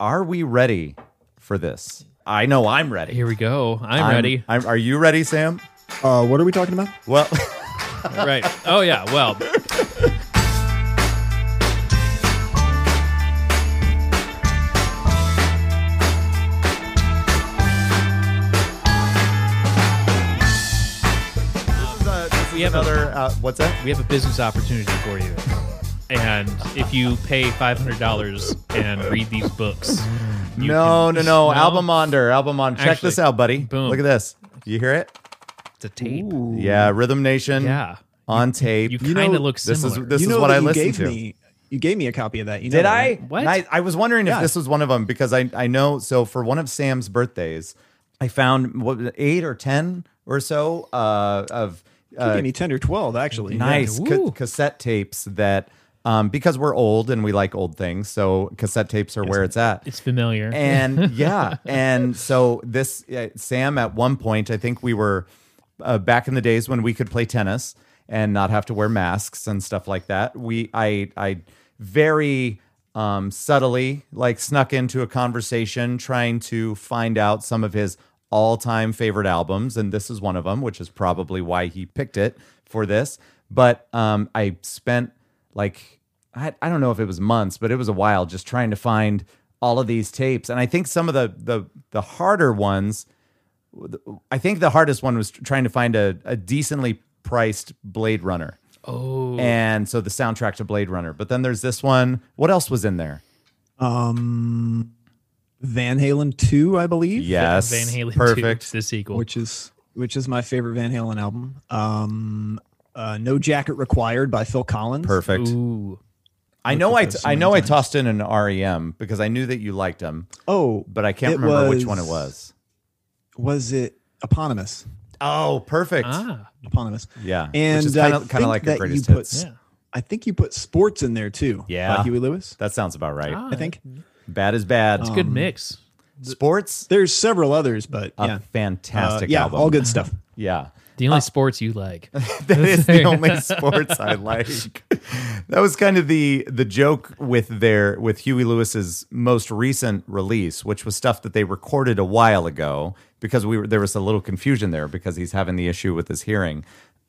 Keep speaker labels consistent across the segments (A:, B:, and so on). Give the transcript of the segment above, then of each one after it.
A: Are we ready for this? I know I'm ready.
B: Here we go. I'm, ready.
A: I'm, are you ready, Sam?
C: Uh, what are we talking about?
A: Well,
B: right. Oh yeah. Well,
A: we
B: have
A: have
B: a-
A: another. Uh, what's that?
B: we have a business opportunity for you, and if you pay five hundred dollars and read these books, you
A: No,
B: can-
A: no, no. Albumonder, Albumonder. Check
B: Actually,
A: this out, buddy.
B: boom.
A: Look at this. You hear it?
B: It's a tape.
A: Yeah, Rhythm Nation.
B: Yeah.
A: On tape.
B: You,
C: know,
B: kind of look
A: this
B: similar.
A: is this
C: you
A: is
C: know
A: what
C: that
A: I
C: you
A: listened
C: gave
A: to.
C: me. You gave me a copy of that. You know
A: Did
C: that,
A: I?
C: right?
B: What?
A: And I, I was wondering if
C: Yeah.
A: this was one of them because I, I know. So for one of Sam's birthdays, I found what eight or ten or so uh, of
C: You
A: uh,
C: gave me ten or twelve, actually.
A: nice ca-
B: Woo.
A: cassette tapes that um, because we're old and we like old things, so cassette tapes are where it's at.
B: it's familiar.
A: and yeah, and so this uh, Sam at one point, I think we were uh, back in the days when we could play tennis and not have to wear masks and stuff like that. We I I very um, subtly like snuck into a conversation trying to find out some of his all-time favorite albums and this is one of them which is probably why he picked it for this but um i spent like I, I don't know if it was months, but it was a while just trying to find all of these tapes. And I think some of the the the harder ones, I think the hardest one was trying to find a, a decently priced Blade Runner.
B: oh,
A: And so the soundtrack to Blade Runner. But then there's this one. What else was in there?
C: Um, Van Halen two, I believe.
A: Yes.
B: Van Halen. 2,
A: Perfect.
B: the sequel.
C: Which is which is my favorite Van Halen album. Um, uh, No Jacket Required by Phil Collins.
A: Perfect.
B: Ooh.
A: I know I,
C: at
A: t-
C: this
A: I
C: many
A: know I
C: times.
A: tossed in an REM because I knew that you liked him,
C: Oh,
A: but I can't
C: It
A: remember which
C: was-
A: one it was.
C: was it eponymous?
A: Oh, perfect.
B: Ah.
C: Eponymous.
A: Yeah.
C: And
A: which is kind
C: I
A: of kind of
C: think
A: like a
C: that
A: greatest
C: you put,
A: hits.
B: Yeah.
C: I think you put sports in there too.
A: Yeah.
C: by Huey Lewis.
A: That sounds about right.
B: Ah,
C: I think
A: Bad is bad. Ah.
B: it's a good mix.
A: sports
C: there's several others, but
A: a
C: yeah,
A: fantastic
C: Uh, yeah,
A: album
C: all good stuff.
A: yeah
B: The only sports you like.
A: that is the only sports i like that was kind of the the joke with their with huey lewis's most recent release which was stuff that they recorded a while ago because we were there was a little confusion there because he's having the issue with his hearing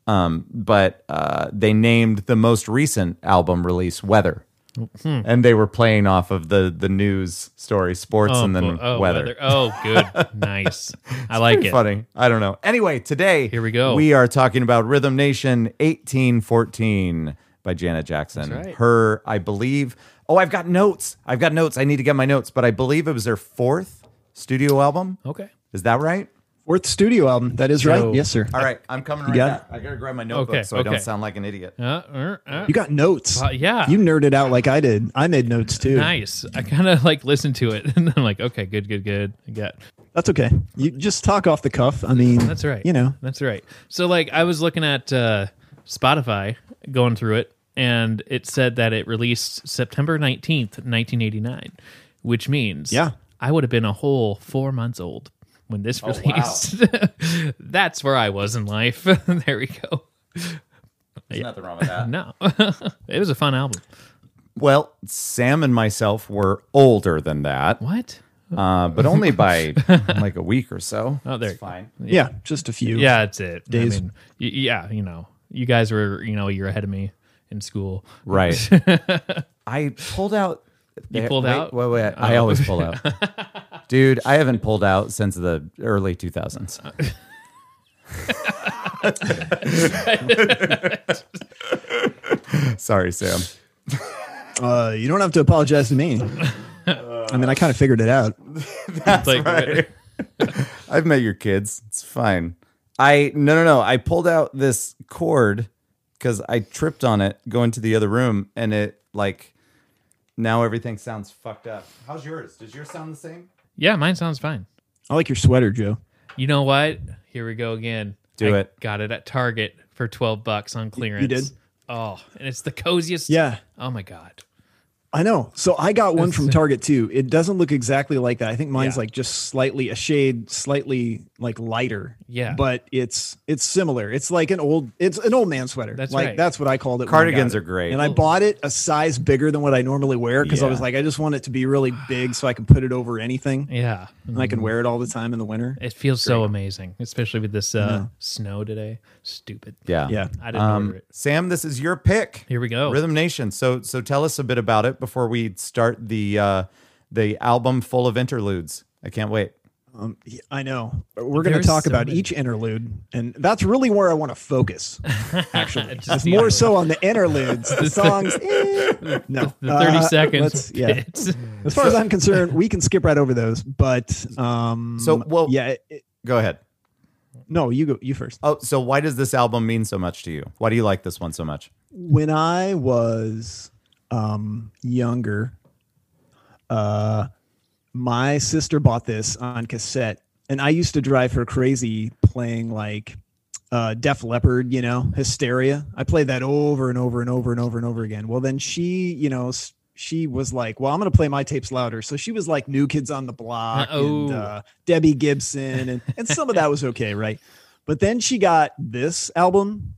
A: um, but uh, they named the most recent album release weather
B: Hmm.
A: and they were playing off of the the news story sports
B: Oh,
A: and then
B: bo- oh,
A: weather.
B: Oh, good. nice. I like
A: Pretty
B: it.
A: Funny. I don't know. Anyway, today
B: Here we go.
A: We are talking about Rhythm Nation 1814 by Janet Jackson.
B: That's right.
A: Her, I believe. Oh, I've got notes. I've got notes. I need to get my notes, but I believe it was their fourth studio album.
B: Okay.
A: Is that right?
C: Fourth studio album. That is
B: Joe.
C: right. Yes, sir.
A: All right, I'm coming right
C: got
A: back. I gotta grab my notebook
B: Okay,
A: so I don't
B: okay.
A: sound like an idiot.
B: Uh, uh, uh,
C: You got notes.
B: Uh, yeah.
C: You nerded out like I did. I made notes too.
B: nice. I kind of like listened to it and I'm like, okay, good, good, good. I got
C: That's okay. You just talk off the cuff. I mean,
B: That's right.
C: You know,
B: That's right. So like I was looking at uh, Spotify going through it and it said that it released September 19th, 1989, which means
C: Yeah. Oh,
B: I would have been a whole 4 months old when this released. That's where I was in life. there we go.
A: There's nothing wrong with that.
B: No. it was a fun album.
A: Well, Sam and myself were older than that,
B: What?
A: uh, but only by like a week or so.
B: Oh, there
A: It's
B: you go.
A: fine.
C: yeah, just a few.
B: Yeah, that's it.
C: Days.
B: I mean, y- yeah, you know, you guys were, you know, a year ahead of me in school.
A: Right. I pulled out.
B: You pulled
A: wait,
B: out?
A: Wait, wait. I always pull out. Oh. Dude, I haven't pulled out since the early 2000s. Sorry, Sam.
C: Uh, you don't have to apologize to me. I mean, I kind of figured it out.
B: That's like,
A: I've met your kids. It's fine. I no no no. I pulled out this cord because I tripped on it going to the other room, and it like now everything sounds fucked up. How's yours? Does yours sound the same?
B: Yeah, mine sounds fine.
C: I like your sweater, Joe.
B: You know what? Here we go again.
A: Do
B: I
A: it.
B: Got it at Target for twelve bucks on clearance.
C: did?
B: Oh, and it's the coziest.
C: Yeah.
B: Oh my god.
C: I know. So I got one from
B: That's-
C: Target too. It doesn't look exactly like that. I think mine's
B: Yeah.
C: like just slightly a shade, slightly like lighter.
B: Yeah.
C: But it's it's similar. It's like an old it's an old man sweater.
B: That's
C: like
B: right.
C: that's what I called it. when I got
A: Cardigans
C: it.
A: are great.
C: And I bought it a size bigger than what I normally wear because I
A: Yeah.
C: was like, I just want it to be really big so I can put it over anything
B: Yeah.
C: and I can wear it all the time in the winter.
B: It feels so amazing, especially with this uh, snow today. Stupid.
A: yeah.
C: Yeah.
B: I didn't order
A: Um,
B: it.
A: Sam, this is your pick.
B: Here we go.
A: Rhythm Nation. So so tell us a bit about it before we start the uh, the album full of interludes. I can't wait.
C: Um, y- I know. We're going to
B: There's
C: talk
B: so
C: about
B: many.
C: each interlude, and that's really where I want to focus. Actually,
B: Just
C: it's
B: the
C: more
B: interlude.
C: so on the interludes, the songs. eh, no,
B: The 30
C: Uh,
B: seconds.
C: let's- Yeah.
B: bits.
C: As far as I'm concerned, we can skip right over those. But um,
A: So, well-
C: yeah. it- it-
A: Go ahead.
C: no, you go. You first.
A: Oh, so why does this album mean so much to you? Why do you like this one so much?
C: when I was um, younger, uh, my sister bought this on cassette, and I used to drive her crazy playing like uh, Def Leppard, you know, Hysteria. I played that over and over and over and over and over again. Well, then she, you know, s- she was like, "Well, I'm going to play my tapes louder." So she was like New Kids on the Block
B: Uh-oh.
C: and uh, Debbie Gibson, and and some of that was okay, right? But then she got this album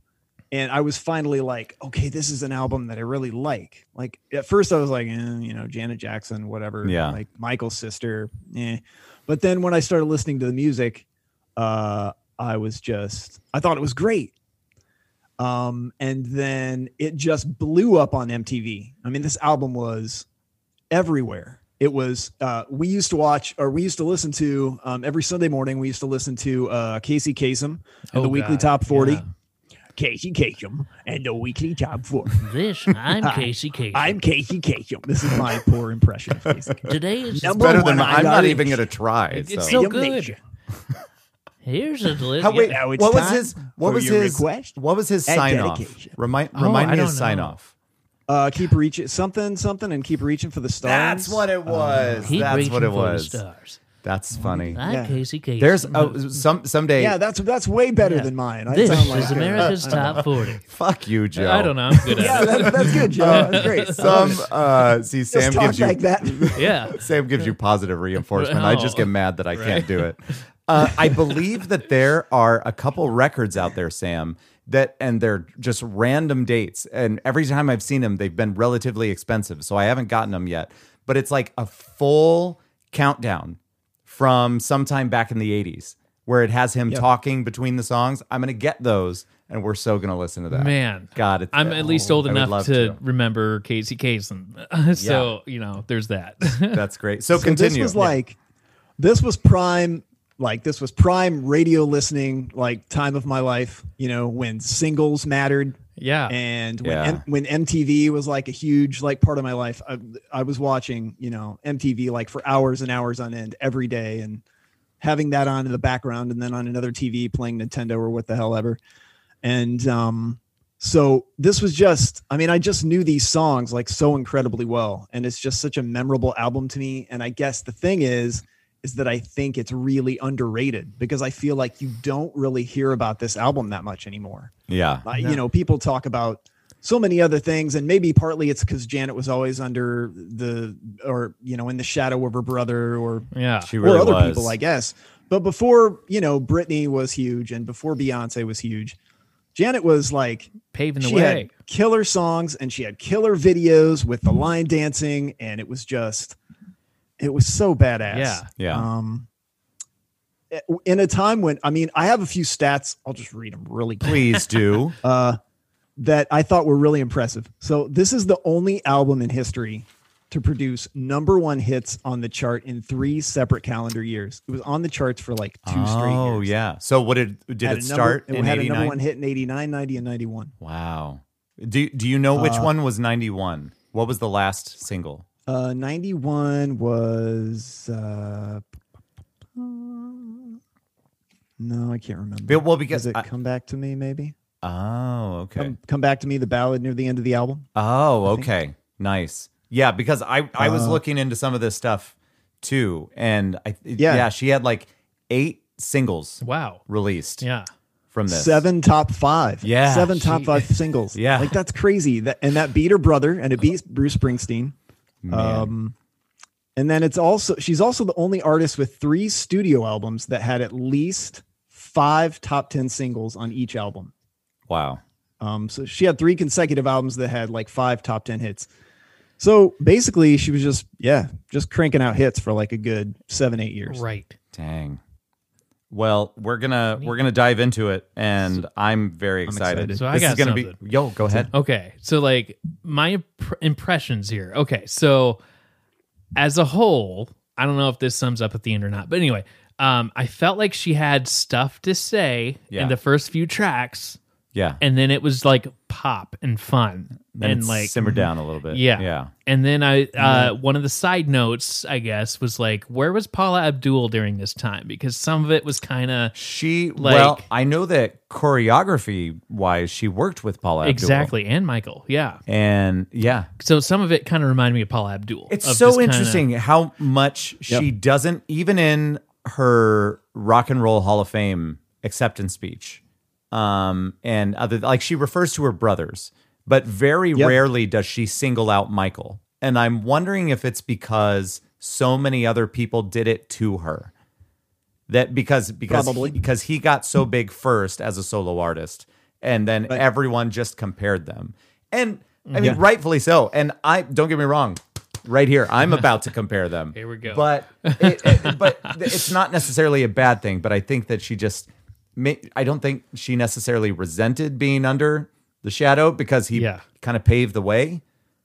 C: and I was finally like, okay, this is an album that I really like. Like at first, I was like, eh, you know, Janet Jackson, whatever.
A: Yeah.
C: Like Michael's sister. Eh. But then when I started listening to the music, uh, I was just, I thought it was great. Um, and then it just blew up on MTV. I mean, this album was everywhere. It was uh, we used to watch or we used to listen to um, every Sunday morning. We used to listen to uh, Casey Kasem and
B: Oh,
C: the Weekly
B: God.
C: Top Forty.
B: Yeah.
C: Casey Kasem and the Weekly Top 4.
D: This, I'm Casey Casey.
C: I'm Casey Kasem. This is my poor impression of Casey Kasem.
D: Today is
C: Number
A: Better than
C: one, I
A: I'm
C: love
A: not
C: it.
A: even going to try.
B: It's
A: so.
B: so
C: Freedom
B: good.
C: Nation.
D: here's a list.
A: How, wait,
C: Now it's
A: what was
C: time
A: his what
C: for
A: was
C: your
A: his
C: request
A: what was his
C: and
A: sign off?
C: dedication.
A: Remind
B: Oh,
A: remind
B: I
A: me
B: don't
A: his sign
B: know.
A: off.
C: Uh, keep reaching something, something, and keep reaching for the stars.
A: it was.
D: Keep
A: That's
D: reaching
A: what it
D: for
A: was.
D: The stars.
A: That's funny.
D: I'm
C: Yeah.
D: Casey Casey.
A: There's oh, some someday.
C: Yeah, that's that's way better
D: Yeah.
C: than mine. I
D: this
C: sound like
D: is
C: a-
D: America's top forty.
A: Fuck you, Joe.
B: I don't know. I'm good
C: Yeah,
B: at
C: that, that's good, Joe. that's great. I love
A: Some
C: it.
A: uh, see Sam
C: Just talk
A: gives you
C: like that.
B: it. Yeah.
A: Sam gives you positive reinforcement. I just
B: No.
A: get mad that I can't do it. Uh, I believe that there are a couple records out there, Sam, that and they're just random dates. And every time I've seen them, they've been relatively expensive, so I haven't gotten them yet. But it's like a full countdown from sometime back in the '80s, where it has him talking between the songs. I'm gonna get those, and we're so gonna listen to that.
B: Man.
A: God, it's, oh,
B: I'm at least old
A: I would
B: enough
A: love
B: to, remember Casey Kasem. so, you know, there's that.
A: That's great. So,
C: So
A: continue.
C: This was like, this was prime, like this was prime radio listening, like time of my life. You know when singles mattered,
B: yeah.
C: and when
A: Yeah.
C: M- when MTV was like a huge like part of my life. I, I was watching you know MTV like for hours and hours on end every day, and having that on in the background, and then on another TV playing Nintendo or what the hell ever, and um. So this was just I mean I just knew these songs like so incredibly well and it's just such a memorable album to me and I guess the thing is is that I think it's really underrated because I feel like you don't really hear about this album that much anymore.
A: yeah.
C: I- you know people talk about so many other things and maybe partly it's because janet was always under the or you know in the shadow of her brother or
B: yeah.
A: She really
C: or other
A: was.
C: people i guess but before you know britney was huge and before beyonce was huge janet was like
B: Paving the
C: she
B: way.
C: had killer songs and she had killer videos with the line dancing and it was just it was so badass
B: Yeah.
A: Yeah.
C: um eh, in a time when i mean i have a few stats i'll just read them really quick
A: Please do.
C: uh, that I thought were really impressive. So this is the only album in history to produce number one hits on the chart in three separate calendar years. It was on the charts for like two straight years.
A: Oh yeah. So what did did
C: Had
A: it
C: a
A: start
C: number,
A: in
C: It had a number
A: 89?
C: one hit in 89, 90, and 91.
A: Wow. Do do you know which one was 91? What was the last single?
C: Uh, 91 was, uh, no, I can't remember.
A: Bill, well, because
C: Does it
A: I-
C: come back to me? Maybe
A: Oh, okay.
C: come, come back to me. The ballad near the end of the album.
A: oh, okay. Nice. Yeah, because I I
C: Uh,
A: was looking into some of this stuff too and I yeah,
C: Yeah.
A: she had like 8 singles
B: Wow.
A: released
B: Yeah.
A: from this.
C: Seven top five.
A: Yeah.
C: Seven top
B: Gee.
C: five singles.
A: Yeah.
C: Like that's crazy. That and that beat her brother and it beats Bruce Springsteen.
A: Man.
C: Um, and then it's also she's also the only artist with three studio albums that had at least five top ten singles on each album.
A: wow.
C: Um, so she had three consecutive albums that had like five top ten hits. So basically, she was just yeah, just cranking out hits for like a good seven eight years.
B: Right.
A: Dang. Well, we're gonna we're gonna dive into it, and I'm very excited.
C: excited.
B: So I
A: this
B: got
A: is gonna
B: something.
A: be yo. Go ahead.
B: Okay. So like my imp- impressions here. Okay. So as a whole, I don't know if this sums up at the end or not, but anyway, um, I felt like she had stuff to say
A: Yeah.
B: in the first few tracks,
A: Yeah.
B: and then it was like pop and fun
A: Then
B: and
A: it's
B: like
A: simmer down a little bit.
B: Yeah.
A: Yeah.
B: And then I, uh, one of the side notes, I guess, was like, where was Paula Abdul during this time? Because some of it was kind of
A: She
B: Like-
A: well, I know that choreography wise, she worked with Paula Abdul.
B: exactly, and Michael, yeah.
A: and yeah,
B: So some of it kind of reminded me of Paula Abdul.
A: it's
B: of this
A: so
B: kinda-
A: interesting how much she doesn't even in her rock and roll Hall of Fame acceptance speech, um, and other like she refers to her brothers, but very rarely does she single out Michael. And I'm wondering if it's because so many other people did it to her. that because because
C: Probably.
A: he, because he got so big first as a solo artist and then everyone just compared them and i mean
C: Yeah.
A: rightfully so and i don't get me wrong right here i'm about to compare them
B: Here we go.
A: but it, it- but th- it's not necessarily a bad thing but i think that she just ma- i don't think she necessarily resented being under the shadow because he
B: Yeah.
A: kind of paved the way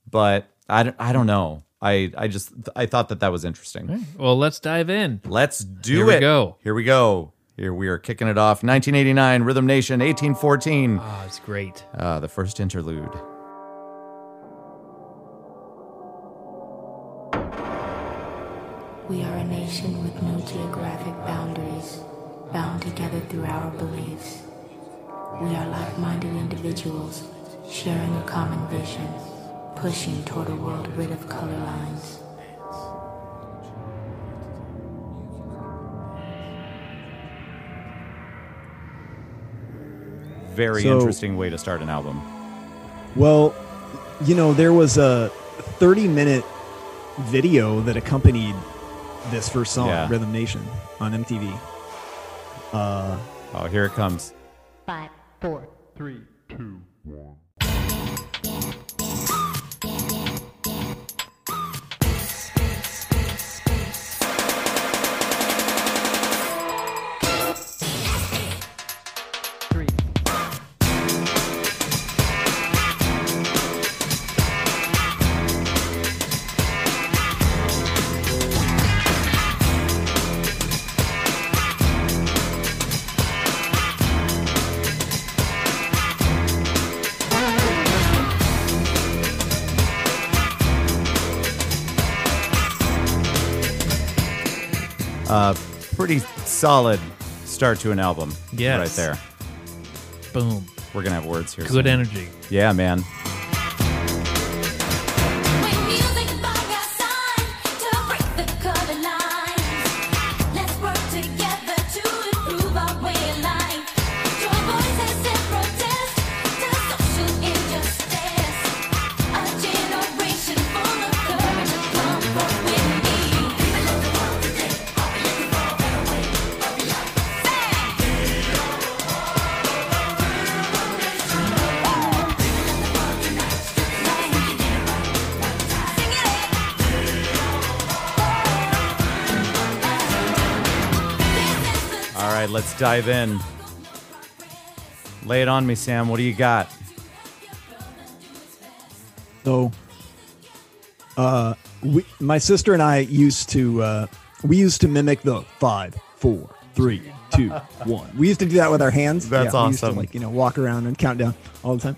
A: but i don't, I don't know i i just i thought that that was interesting
B: Well, let's dive in.
A: Let's do
B: Here
A: it.
B: we go.
A: Here we go. Here we are kicking it off. 1989, Rhythm Nation, 1814.
B: Oh, it's great.
A: Uh, the first interlude.
E: We are a nation with no geographic boundaries, bound together through our beliefs. We are like minded individuals, sharing a common vision, pushing toward a world rid of color lines.
A: Very
C: So-
A: interesting way to start an album.
C: Well, you know, there was a 30 minute video that accompanied this first song,
A: Yeah.
C: Rhythm Nation, on MTV.
A: Oh, here it comes.
E: Five, four.
A: Pretty solid start to an album.
B: Yes.
A: Right there.
B: Boom.
A: We're going to have words here.
B: Good
A: soon.
B: energy.
A: Yeah, man.
F: When music by our side to break the color lines, let's work together to improve our way of life. Join voices in protest to social injustice. A generation full of courage. Come walk with me. Say.
A: All right, let's dive in. Lay it on me, Sam. What do you got?
C: So, uh, we, my sister and I used to, uh, we used to mimic the five, four, three, two, one. We used to do that with our hands.
A: That's
C: We used to,
A: awesome.
C: like, you know, walk around and count down all the time.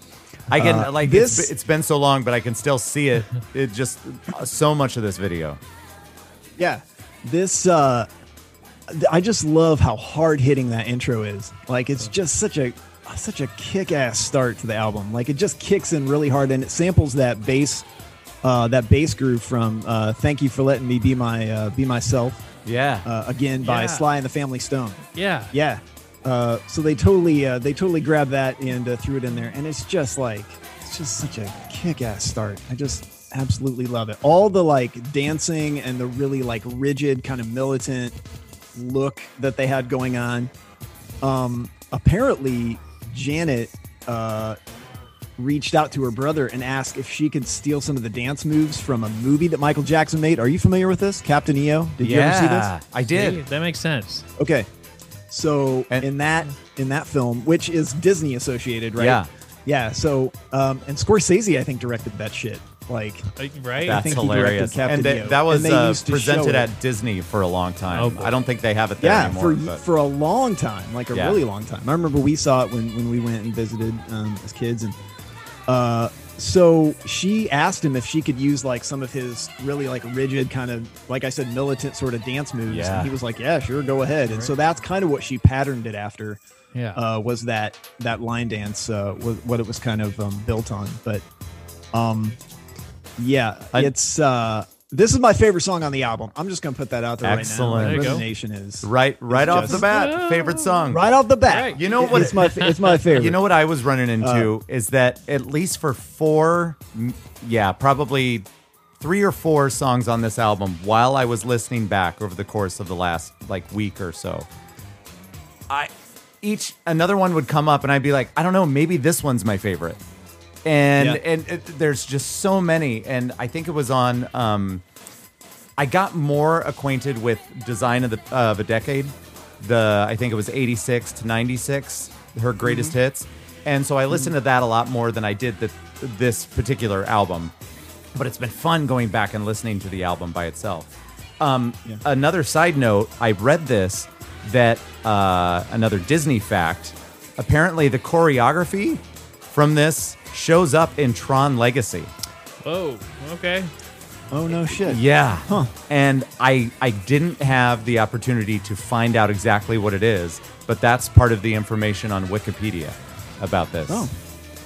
A: I can,
C: Uh,
A: like,
C: this-
A: it's, it's been so long, but I can still see it. It just, uh, so much of this video.
C: Yeah. This uh th- I just love how hard hitting that intro is. Like it's just such a such a kick ass start to the album. Like it just kicks in really hard and it samples that bass uh that bass groove from uh Thank You for Letting Me Be My uh, Be Myself
A: Yeah.
C: uh, again by
B: Yeah.
C: Sly and the Family Stone.
B: Yeah.
C: Yeah. Uh, so they totally uh, they totally grabbed that and uh, threw it in there and it's just like it's just such a kick ass start. I just absolutely love it. All the like dancing and the really like rigid kind of militant look that they had going on. Um, apparently, Janet uh, reached out to her brother and asked if she could steal some of the dance moves from a movie that Michael Jackson made. Are you familiar with this, Captain EO? Did you ever see this?
A: Yeah, I
B: See,
A: did.
B: that makes sense.
C: Okay. So
A: And-
C: in that in that film, which is Disney associated, right?
A: Yeah.
C: Yeah. So um, and Scorsese, I think, directed that shit. Like
B: Like, Uh, Right?
C: I
A: That's
C: think he directed
A: hilarious.
C: Captain
A: And they-
C: EO.
A: that was
C: And they
A: uh,
C: used to show
A: presented
C: it.
A: at Disney for a long time.
B: Oh, boy.
A: I don't think they have it there
C: yeah
A: anymore.
C: for
A: but-
C: for a long time, like a
A: Yeah.
C: really long time. I remember we saw it when when we went and visited um, as kids, and uh, so she asked him if she could use like some of his really like rigid kind of like I said militant sort of dance moves,
A: Yeah.
C: and he was like, "Yeah, sure, go ahead." And so that's kind of what she patterned it after.
B: Yeah.
C: uh, was that that line dance uh, was what it was kind of um, built on. But um, yeah,
A: I-
C: it's uh, this is my favorite song on the album. I'm just gonna put that out there
A: Excellent.
C: right
B: There
C: now.
B: you
C: Like,
B: go.
C: Nation is
A: right right off the
C: just- Oh.
A: bat, favorite song.
C: right off the bat.
B: Right.
A: You know what-
C: It's my it's my favorite.
A: You know what I was running into is that at least for four, m- yeah, probably three or four songs on this album, while I was listening back over the course of the last like week or so, I each another one would come up and I'd be like, I don't know, maybe this one's my favorite, and
C: Yeah.
A: and it, there's just so many, and I think it was on. um I got more acquainted with design of the of a decade. The I think it was 86 to 96, her greatest hits. And so I listened to that a lot more than I did the, this particular album. But it's been fun going back and listening to the album by itself. Um,
C: Yeah.
A: Another side note: I read this that uh, another Disney fact. Apparently, the choreography from this shows up in Tron Legacy.
B: Whoa. Okay.
C: Oh no shit.
A: Yeah. And I I didn't have the opportunity to find out exactly what it is, but that's part of the information on Wikipedia about this.
C: Oh.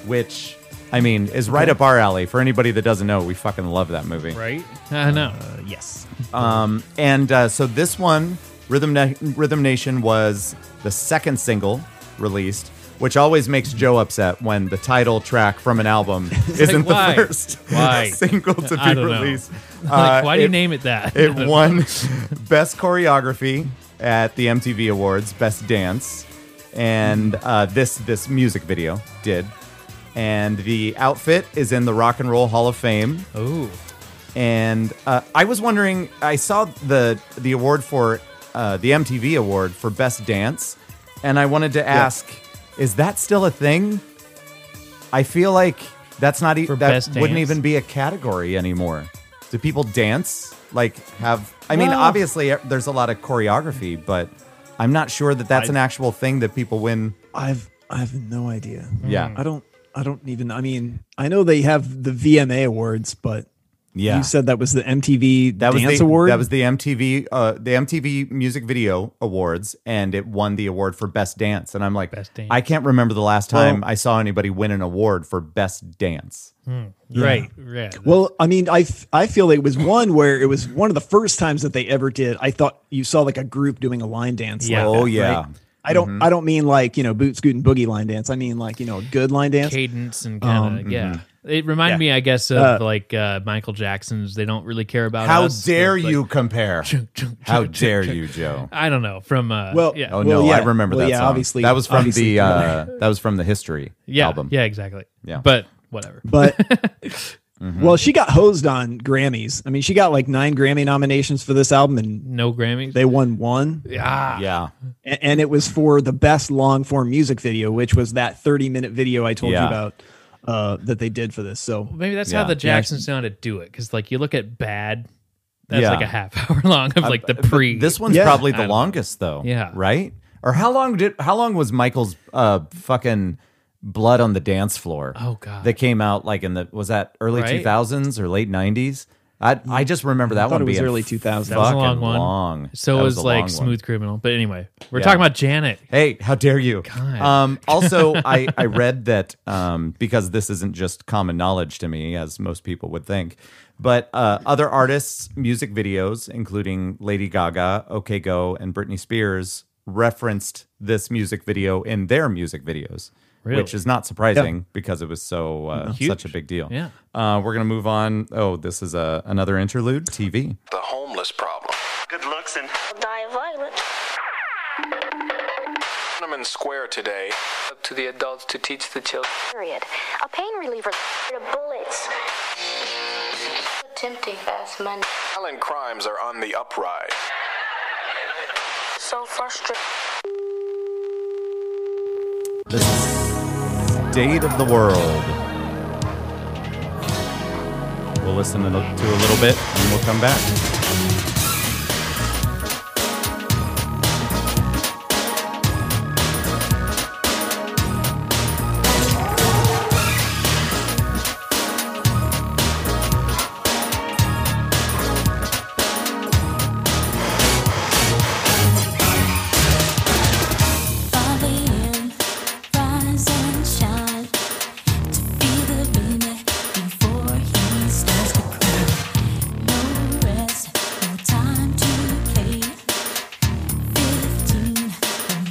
A: Which I mean is right up our alley. For anybody that doesn't know, we fucking love that movie.
B: Right?
A: Uh,
B: I know.
C: Yes.
A: Um, and uh, so this one, Rhythm Na- Rhythm Nation, was the second single released, which always makes Joe upset when the title track from an album isn't the
B: why?
A: first
B: Why?
A: single to
B: I
A: be
B: don't know.
A: released.
B: like,
A: Uh,
B: why do you
A: it-
B: name it that?
A: it won best choreography at the MTV Awards, best dance, and uh, this this music video did. And the outfit is in the Rock and Roll Hall of Fame.
B: Oh.
A: And uh, I was wondering, I saw the the award for uh, the MTV award for best dance, and I wanted to ask, is that still a thing? I feel like that's not e-
B: For
A: that
B: best
A: wouldn't
B: dance?
A: even be a category anymore. Do people dance? Like have I mean,
B: Well-
A: obviously uh, there's a lot of choreography, but I'm not sure that that's
C: I-
A: an actual thing that people win.
C: I've I have no idea.
A: Mm. Yeah.
C: I don't I don't even I mean I know they have the VMA awards, but
A: Yeah.
C: you said that was the MTV
A: That was
C: Dance
A: the,
C: Award.
A: That was the MTV uh, the MTV Music Video Awards, and it won the award for Best Dance. And I'm like,
B: Best Dance.
A: I can't remember the last time
C: Well-
A: I saw anybody win an award for Best Dance.
B: Right. Yeah.
C: Well, I mean, I, f- I feel it was one where it was one of the first times that they ever did. I thought you saw like a group doing a line dance.
B: Yeah.
C: like
A: Oh,
C: that,
A: yeah. Mm-hmm.
C: right? I don't I don't mean like you know boot scoot and boogie line dance. I mean like you know a good line dance.
B: cadence and kind
A: Um,
B: of yeah.
A: mm-hmm.
B: It reminded me,
C: Yeah.
B: I guess, of
C: Uh,
B: like uh, Michael Jackson's. They don't really care about
A: How
B: us,
A: dare
B: but, like,
A: you compare?
B: chunk, chunk,
A: How
B: chunk,
A: dare
B: chunk,
A: you, Joe?
B: I don't know. From uh,
C: Well-
B: yeah,
A: Oh
C: Well,
A: no, I
C: yeah.
A: remember
C: Well,
A: that
C: yeah,
A: song.
C: obviously-
A: that was from
C: obviously.
A: the uh, that was from the History
B: yeah,
A: album.
B: yeah, exactly.
A: Yeah.
B: but whatever.
C: But well, she got hosed on Grammys. I mean, she got like nine Grammy nominations for this album, and
B: No Grammys. Ah,
C: they won one.
B: yeah,
A: yeah,
C: A- and it was for the best long form music video, which was that 30 minute video I told
A: Yeah.
C: you about uh, that they did for this. So
B: maybe that's
A: Yeah.
B: how the
A: Yeah,
B: Jackson sounded do it because like you look at Bad, that's
A: Yeah.
B: like a half hour long of like the pre.
A: This one's
C: Yeah.
A: probably
B: I
A: the
B: don't-
A: longest though.
B: Yeah.
A: right. Or how long did how long was Michael's uh, fucking blood on the dance floor?
B: Oh, God.
A: that came out like in the was that early
B: Right?
A: two thousands or late nineties? I I just remember that
C: I thought
A: one
C: it was
A: being
C: early 2000s.
B: that was a long
A: fucking
B: one.
A: long.
B: So
A: That
B: it was,
A: a long
B: like
A: one.
B: Smooth Criminal. But anyway, we're
A: Yeah.
B: talking about Janet.
A: Hey, how dare you?
B: God.
A: Um, also, I, I read that um, because this isn't just common knowledge to me, as most people would think, but uh, other artists' music videos, including Lady Gaga, OK Go, and Britney Spears, referenced this music video in their music videos.
B: Really?
A: which is not surprising because it was so uh,
B: Huge.
A: such a big deal.
B: Yeah.
A: Uh, we're gonna move on. Oh, this is a another interlude. TV.
G: The homeless problem.
H: Good looks and
I: die violent.
G: Tiananmen Square today.
J: Up to the adults to teach the children.
I: Period. A pain reliever. The bullets.
E: Tempting fast money.
G: Violent crimes are on the uprise.
I: So frustrated.
A: This is Date of the World. We'll listen to to a little bit and we'll come back.
F: Falling, rise and shine to be the winner before he starts to cry. No rest, no time to play. Fifteen,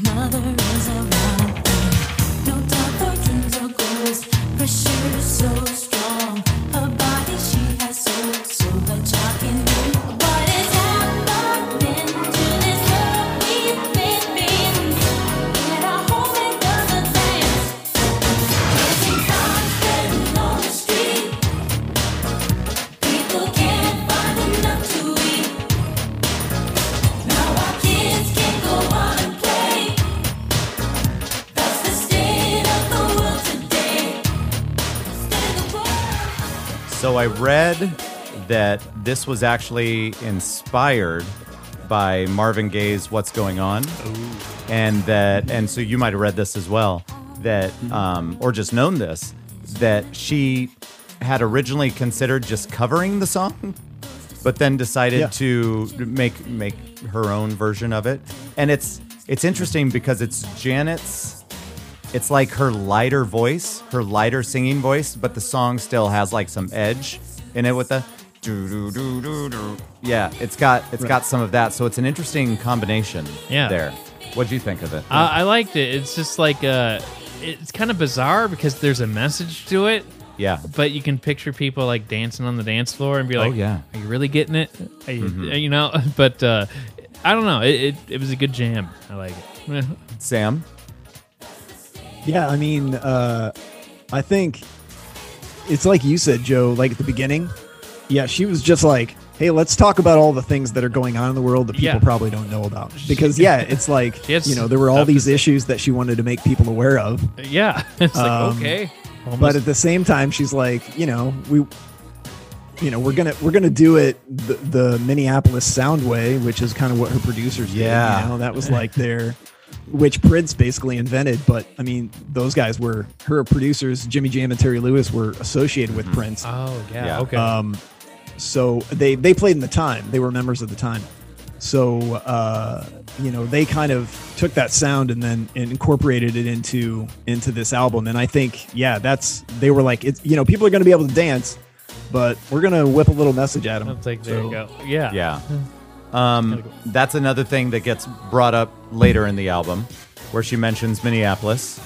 F: another is around. No doubt for dreams or goals, pressure so strong. Her body she has sold, so her child can know what is happening to this love we've been being. And I hope it doesn't last. Kissing constant on the street, people can't find enough to eat. Now our kids can't go out and play. That's the state of the world today. State of the world.
A: So I read that this was actually inspired by Marvin Gaye's "What's Going On," and that, and so you might have read this as well, that, um, or just known this, that she had originally considered just covering the song, but then decided
C: Yeah.
A: to make make her own version of it, and it's it's interesting because it's Janet's it's like her lighter voice, her lighter singing voice, but the song still has like some edge in it with the do do do do do. Yeah, it's got it's got some of that. So it's an interesting combination.
B: Yeah.
A: There. What'd you think of it?
B: Uh, I liked it. It's just like uh, it's kind of bizarre because there's a message to it,
A: yeah.
B: but you can picture people like dancing on the dance floor and be like,
A: yeah.
B: are you really getting it?" Are you, you know, but uh, I don't know. It, it it was a good jam. I like it.
A: Sam.
C: Yeah, I mean, uh, I think it's like you said, Joe, like at the beginning. Yeah, she was just like, hey, let's talk about all the things that are going on in the world that people
B: Yeah.
C: probably don't know about. Because, yeah, it's like,
B: She had
C: you know, there were all
B: stuff to
C: these issues that she wanted to make people aware of.
B: yeah, it's like
C: Um,
B: okay. Almost,
C: But at the same time, she's like, you know, we. You know we're gonna we're gonna do it the, the Minneapolis sound way, which is kind of what her producers did.
A: Yeah.
C: you know? that was like their, which Prince basically invented. But I mean, those guys were her producers. Jimmy Jam and Terry Lewis were associated with Prince.
B: oh yeah,
A: Yeah.
B: okay.
C: So they they played in the time. They were members of the time. So uh, you know they kind of took that sound and then and incorporated it into into this album. And I think yeah, that's they were like it's you know people are going to be able to dance, but we're going to whip a little message at them.
B: it's like there you go. Yeah,
A: Yeah. Um, that's another thing that gets brought up later in the album, where she mentions Minneapolis,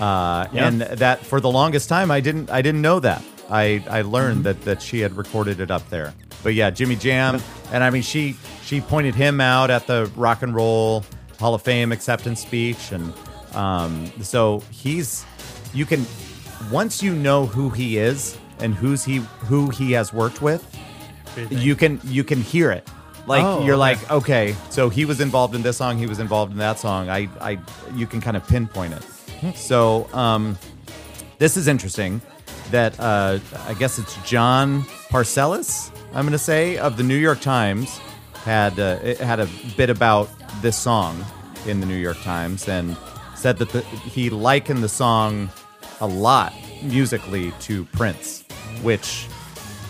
A: uh,
C: Yeah.
A: and that for the longest time I didn't I didn't know that. I I learned that that she had recorded it up there. But yeah, Jimmy Jam, and I mean she she pointed him out at the Rock and Roll Hall of Fame acceptance speech, and um, so he's you can once you know who he is and who's he who he has worked with you can you can hear it like
B: Oh,
A: you're
B: okay.
A: like okay so he was involved in this song he was involved in that song i i you can kind of pinpoint it so um this is interesting that uh i guess it's john parcellis i'm gonna say of the new york times had uh, it had a bit about this song in the new york times and said that the, he likened the song a lot musically to prince which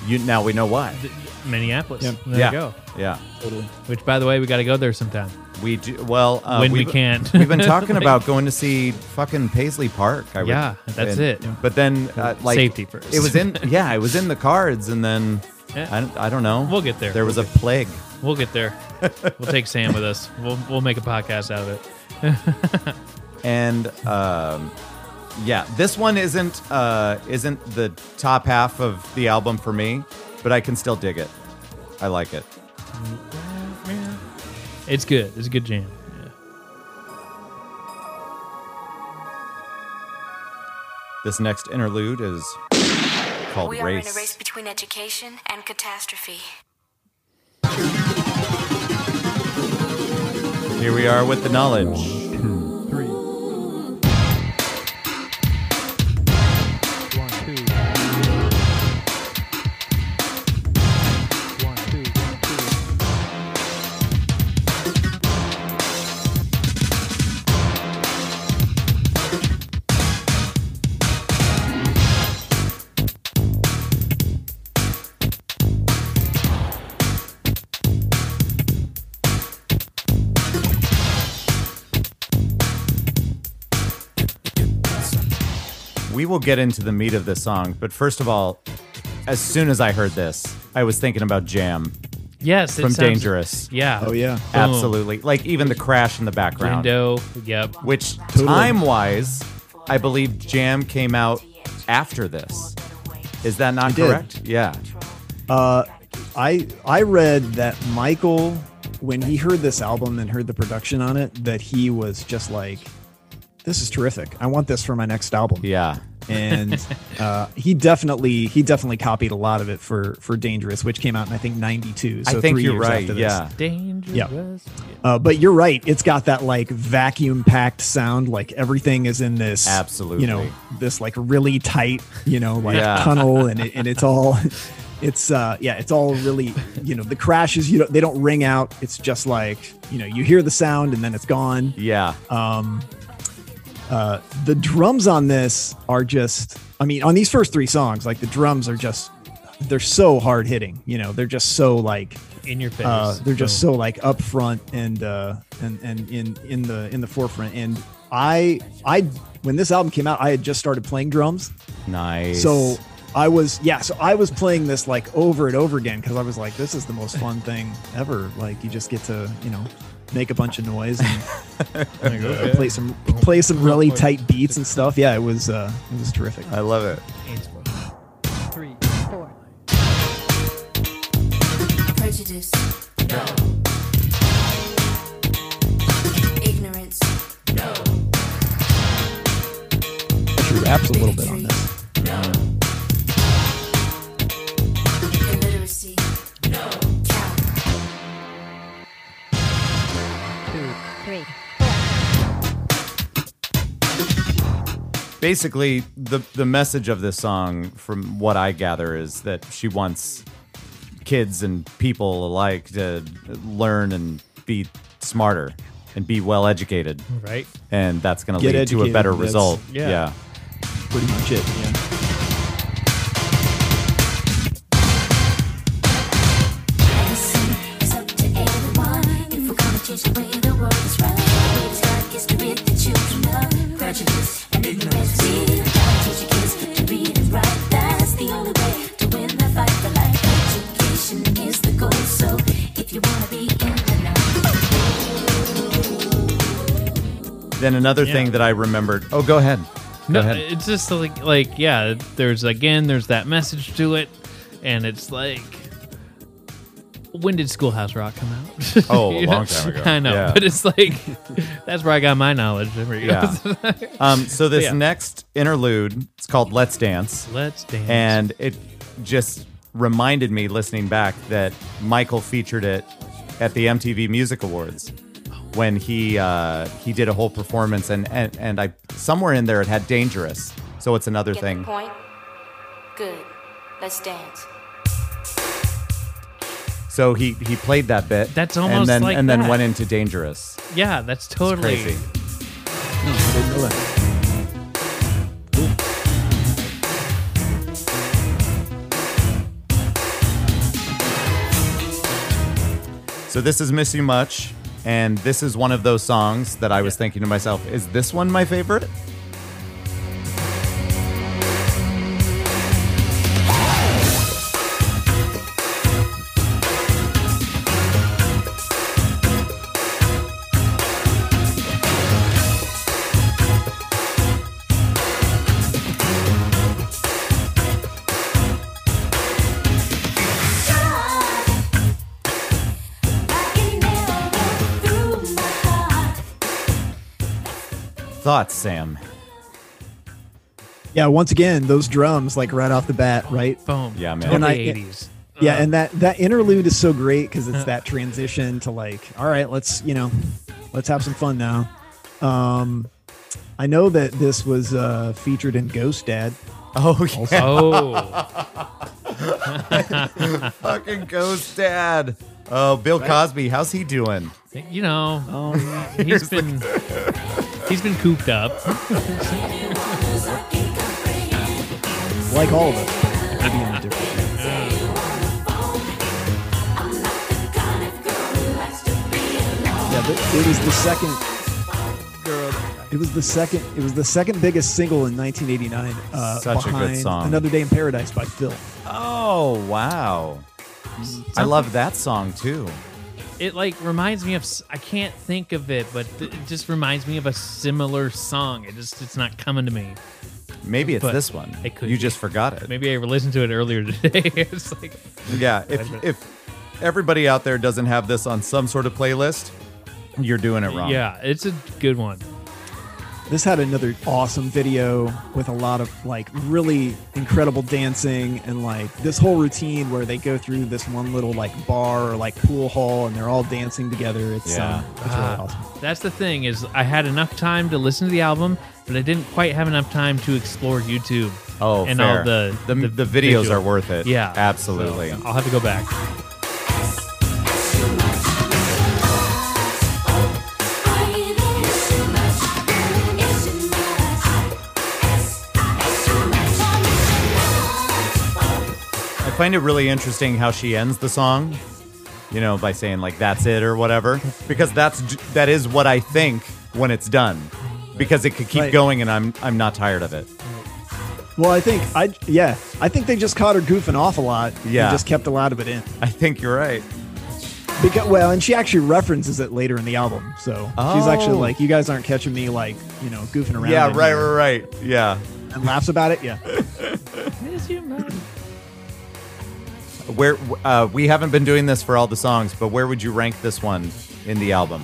A: you now we know why
B: Minneapolis.
C: Yeah.
B: There
A: yeah.
B: you go.
A: Yeah.
B: Which, by the way, we got to go there sometime.
A: We do well uh,
B: When we
A: we've-
B: can.
A: we've been talking
B: Like-
A: about going to see fucking Paisley Park. I would-
B: Yeah, that's
A: and-
B: it.
A: But then, uh, like
B: Safety first.
A: It was in yeah, it was in the cards, and then
B: Yeah.
A: I, don't- I don't know.
B: We'll get there.
A: There
B: We'll
A: was a plague.
B: We'll get there. we'll take Sam with us. We'll we'll make a podcast out of it.
A: and um, Yeah, this one isn't uh, isn't the top half of the album for me, but I can still dig it. I like it.
B: It's good. It's a good jam. Yeah.
A: This next interlude is called
E: We are in a race
A: Race.
E: between education and catastrophe.
A: Here we are with the knowledge.
C: Three. One, two. One, two, one, two.
A: We will get into the meat of this song, but first of all, as soon as I heard this, I was thinking about Jam
B: Yes, it
A: from
B: sounds-
A: Dangerous.
B: Yeah.
C: Oh yeah.
A: Absolutely. Like even the crash in the background.
B: Window. Yep.
A: Which time wise, I believe Jam came out after this. Is that not
C: did.
A: correct? Yeah.
C: Uh, I I read that Michael, when he heard this album and heard the production on it, that he was just like, "This is terrific. I want this for my next album."
A: Yeah.
C: And uh, he definitely he definitely copied a lot of it for for Dangerous, which came out in I think '92.
A: I
C: So
A: think
C: three
A: you're
C: years
A: right.
C: After this.
A: Yeah.
B: Dangerous.
C: Uh, but you're right. It's got that like vacuum packed sound. Like everything is in this
A: Absolutely.
C: you know, this like really tight, you know, like
A: Yeah.
C: tunnel and it, and it's all, it's uh yeah, it's all really, you know, the crashes, you know, they don't ring out. It's just like, you know, you hear the sound and then it's gone.
A: Yeah.
C: Uh, The drums on this are just, I mean, on these first three songs, like the drums are just, they're so hard hitting, you know, they're just so like,
B: In your face.
C: uh, they're just
B: Boom.
C: so like up front and uh, and and in in the in the forefront. And I I when this album came out, I had just started playing drums,
A: nice.
C: so I was yeah, so I was playing this like over and over again because I was like, this is the most fun thing ever. Like you just get to you know make a bunch of noise and
B: Okay.
C: play some play some really tight beats and stuff. Yeah, it was uh, it was terrific.
A: I love it.
H: three, four.
E: Prejudice. No. Ignorance.
C: She raps a little bit on this.
E: Illiteracy. No. Count.
H: Two, three.
A: Basically, the the message of this song, from what I gather, is that she wants kids and people alike to learn and be smarter and be well educated,
B: right.
A: and that's going to
C: Get
A: lead to a
C: educated,
A: better
C: that's-
A: result.
B: yeah.
C: Pretty much it. Yeah.
F: It's up to everyone. If we're gonna change the way the world is run, the way it's done is to rid the children of prejudice and ignorance. We gotta teach the kids to read and write. That's the only way to win the fight for life. Education is the goal. So if you wanna be in the know,
A: Then another thing that I remembered. Oh, go ahead.
B: No,
A: ahead.
B: it's just like like yeah. There's again. There's that message to it, and it's like. When did Schoolhouse Rock come out?
A: Oh, a
B: You
A: long
B: know?
A: time ago.
B: I know,
A: Yeah.
B: but it's like that's where I got my knowledge. There we go.
A: Yeah. Um, so this
B: Yeah.
A: next interlude, it's called "Let's Dance."
B: Let's dance.
A: and it just reminded me listening back that Michael featured it at the MTV Music Awards when he uh, he did a whole performance and, and and I somewhere in there it had dangerous so it's another
E: Get
A: thing
E: the point? Good. Let's dance.
A: so he he played that bit
B: That's almost
A: and then
B: like
A: and then
B: that.
A: went into dangerous
B: yeah, that's totally
A: crazy so this is miss you much and this is one of those songs that I was thinking to myself is this one my favorite thoughts, Sam?
C: Yeah, once again, those drums like right off the bat, right?
B: Boom.
A: Yeah, man.
B: Totally
C: And I-
B: 80s.
C: Yeah,
A: Uh,
C: and that that interlude is so great because it's that transition to like, all right, let's you know, let's have some fun now. Um, I know that this was uh, featured in Ghost Dad.
A: Oh, yeah.
B: Oh,
A: fucking Ghost Dad. Oh, Bill Cosby, how's he doing?
B: you know,
C: Oh,
B: he's been he's been cooped up.
C: like all of us. Maybe in a different way. Yeah, but it was the second. It was the second. It was the second biggest single in 1989, uh,
A: Such a good
C: behind
A: song.
C: "Another Day in Paradise" by Phil.
A: Oh, wow. I love that song too.
B: It like reminds me of s- I can't think of it, but th- it just reminds me of a similar song. It just it's not coming to me.
A: Maybe it's
B: But
A: this one.
B: it could
A: you
B: be.
A: just forgot it.
B: Maybe I listened to it earlier today. it's like
A: Yeah, if if everybody out there doesn't have this on some sort of playlist, you're doing it wrong.
B: yeah, it's a good one.
C: This had another awesome video with a lot of like really incredible dancing and like this whole routine where they go through this one little like bar or like pool hall and they're all dancing together. It's
A: Yeah.
C: um, it's really awesome.
B: That's the thing is I had enough time to listen to the album, but I didn't quite have enough time to explore YouTube.
A: Oh,
B: and
A: fair.
B: all the
A: the, the videos
B: visual.
A: are worth it.
B: Yeah,
A: absolutely.
B: So I'll have to go back.
A: I find it really interesting how she ends the song. You know, by saying like "that's it" or whatever, because that's j- that is what I think when it's done, because it could keep
C: Right.
A: going, and I'm I'm not tired of it.
C: Well, I think I yeah, I think they just caught her goofing off a lot.
A: Yeah.
C: and just kept a lot of it in.
A: I think you're right.
C: Because well, and she actually references it later in the album. So she's actually
A: Oh.
C: like, "You guys aren't catching me like you know goofing around."
A: Yeah,
C: in
A: right,
C: here,"
A: right, right. Yeah.
C: And laughs about it. Yeah,
A: Where uh, we haven't been doing this for all the songs, but where would you rank this one in the album?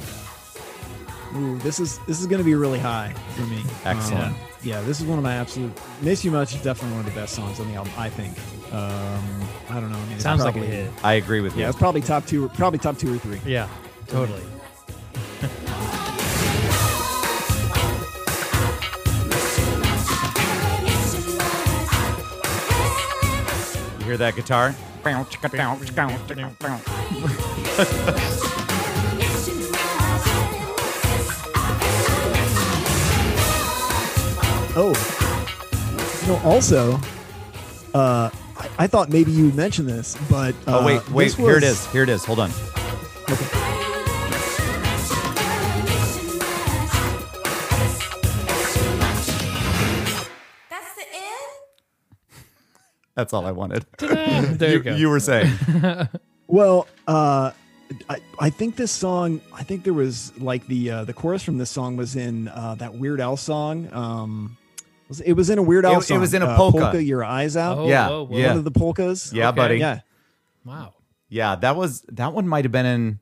C: Ooh, this is this is going to be really high for me.
A: Excellent.
C: Um, yeah, this is one of my absolute. Miss You Much is definitely one of the best songs on the album. I think. Um, I don't know. I mean, it's
B: Sounds like a
C: probably-
B: hit.
A: I agree with you.
C: Yeah, it's probably top two. Or, probably top two or three.
B: Yeah, totally.
A: You hear that guitar?
C: Oh. No, also, uh, I, I thought maybe you would mention this, but uh,
A: oh wait, wait.
C: this
A: Here it
C: was-
A: is. Here it is. Hold on.
F: That's the end?
A: That's all I wanted.
B: There you,
A: you,
B: go.
A: you were saying.
C: Well, uh, I, I think this song. I think there was like the uh, the chorus from this song was in uh, that Weird Al song. Um, was- it was in a Weird Al
A: It- it
C: song.
A: was in a
C: uh,
A: polka.
C: Your eyes out.
B: Oh,
A: yeah,
B: whoa, whoa.
A: yeah,
C: One of the polkas.
A: yeah,
B: Okay.
A: buddy. Yeah.
C: Yeah.
B: wow,
A: that was that one might have been in.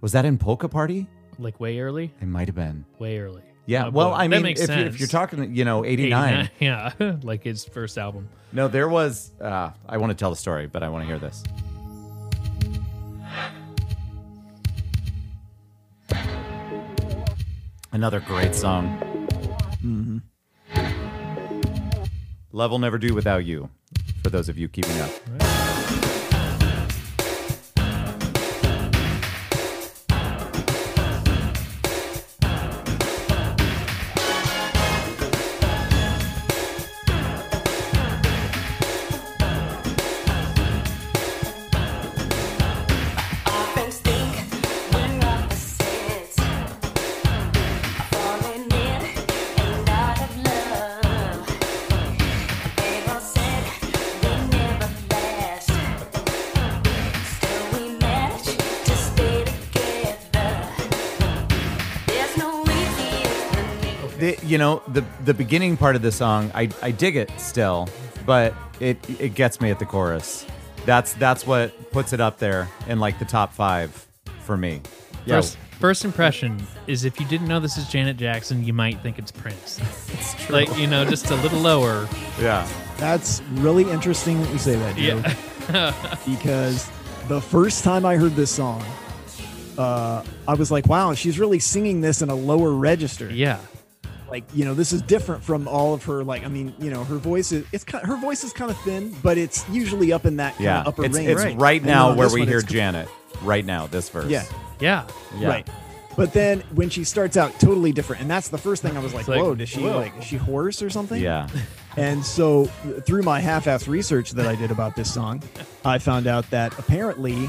A: Was that in Polka Party?
B: like way early,
A: It might have been.
B: way early.
A: Yeah.
B: Oh,
A: Uh, well,
B: boy.
A: I
B: That
A: mean,
B: makes
A: if, you- if
B: sense.
A: you're talking, you know, eighty nine.
B: 89, Yeah, like his first album.
A: No, there was. Uh, I want to tell the story, but I want to hear this. Another great song. Mm-hmm. Love will never do without you. For those of you keeping up. The, you know the the beginning part of the song, I, I dig it still, but it it gets me at the chorus. That's that's what puts it up there in like the top five for me.
B: First, First impression is if you didn't know this is Janet Jackson, you might think it's Prince. It's true. Like, you know, just a little lower.
A: Yeah.
C: That's really interesting that you say that, Joe.
B: Yeah.
C: because the first time I heard this song, uh, I was like, wow, she's really singing this in a lower register.
B: Yeah.
C: Like, you know, this is different from all of her. Like, I mean, you know, her voice is it's kind her voice is kind of thin, but it's usually up in that kind
A: Yeah.
C: of upper
A: it's
C: range.
A: it's right,
C: And then
A: now
C: on
A: where
C: this
A: we
C: one,
A: hear
C: it's com-
A: Janet. Right now, this verse.
C: Yeah.
B: Yeah.
A: Yeah.
C: Right. But then when she starts out totally different, and that's the first thing I was like,
B: like,
C: whoa, does she
B: whoa.
C: like is she hoarse or something?
A: Yeah.
C: And so, th- through my half ass research that I did about this song, I found out that apparently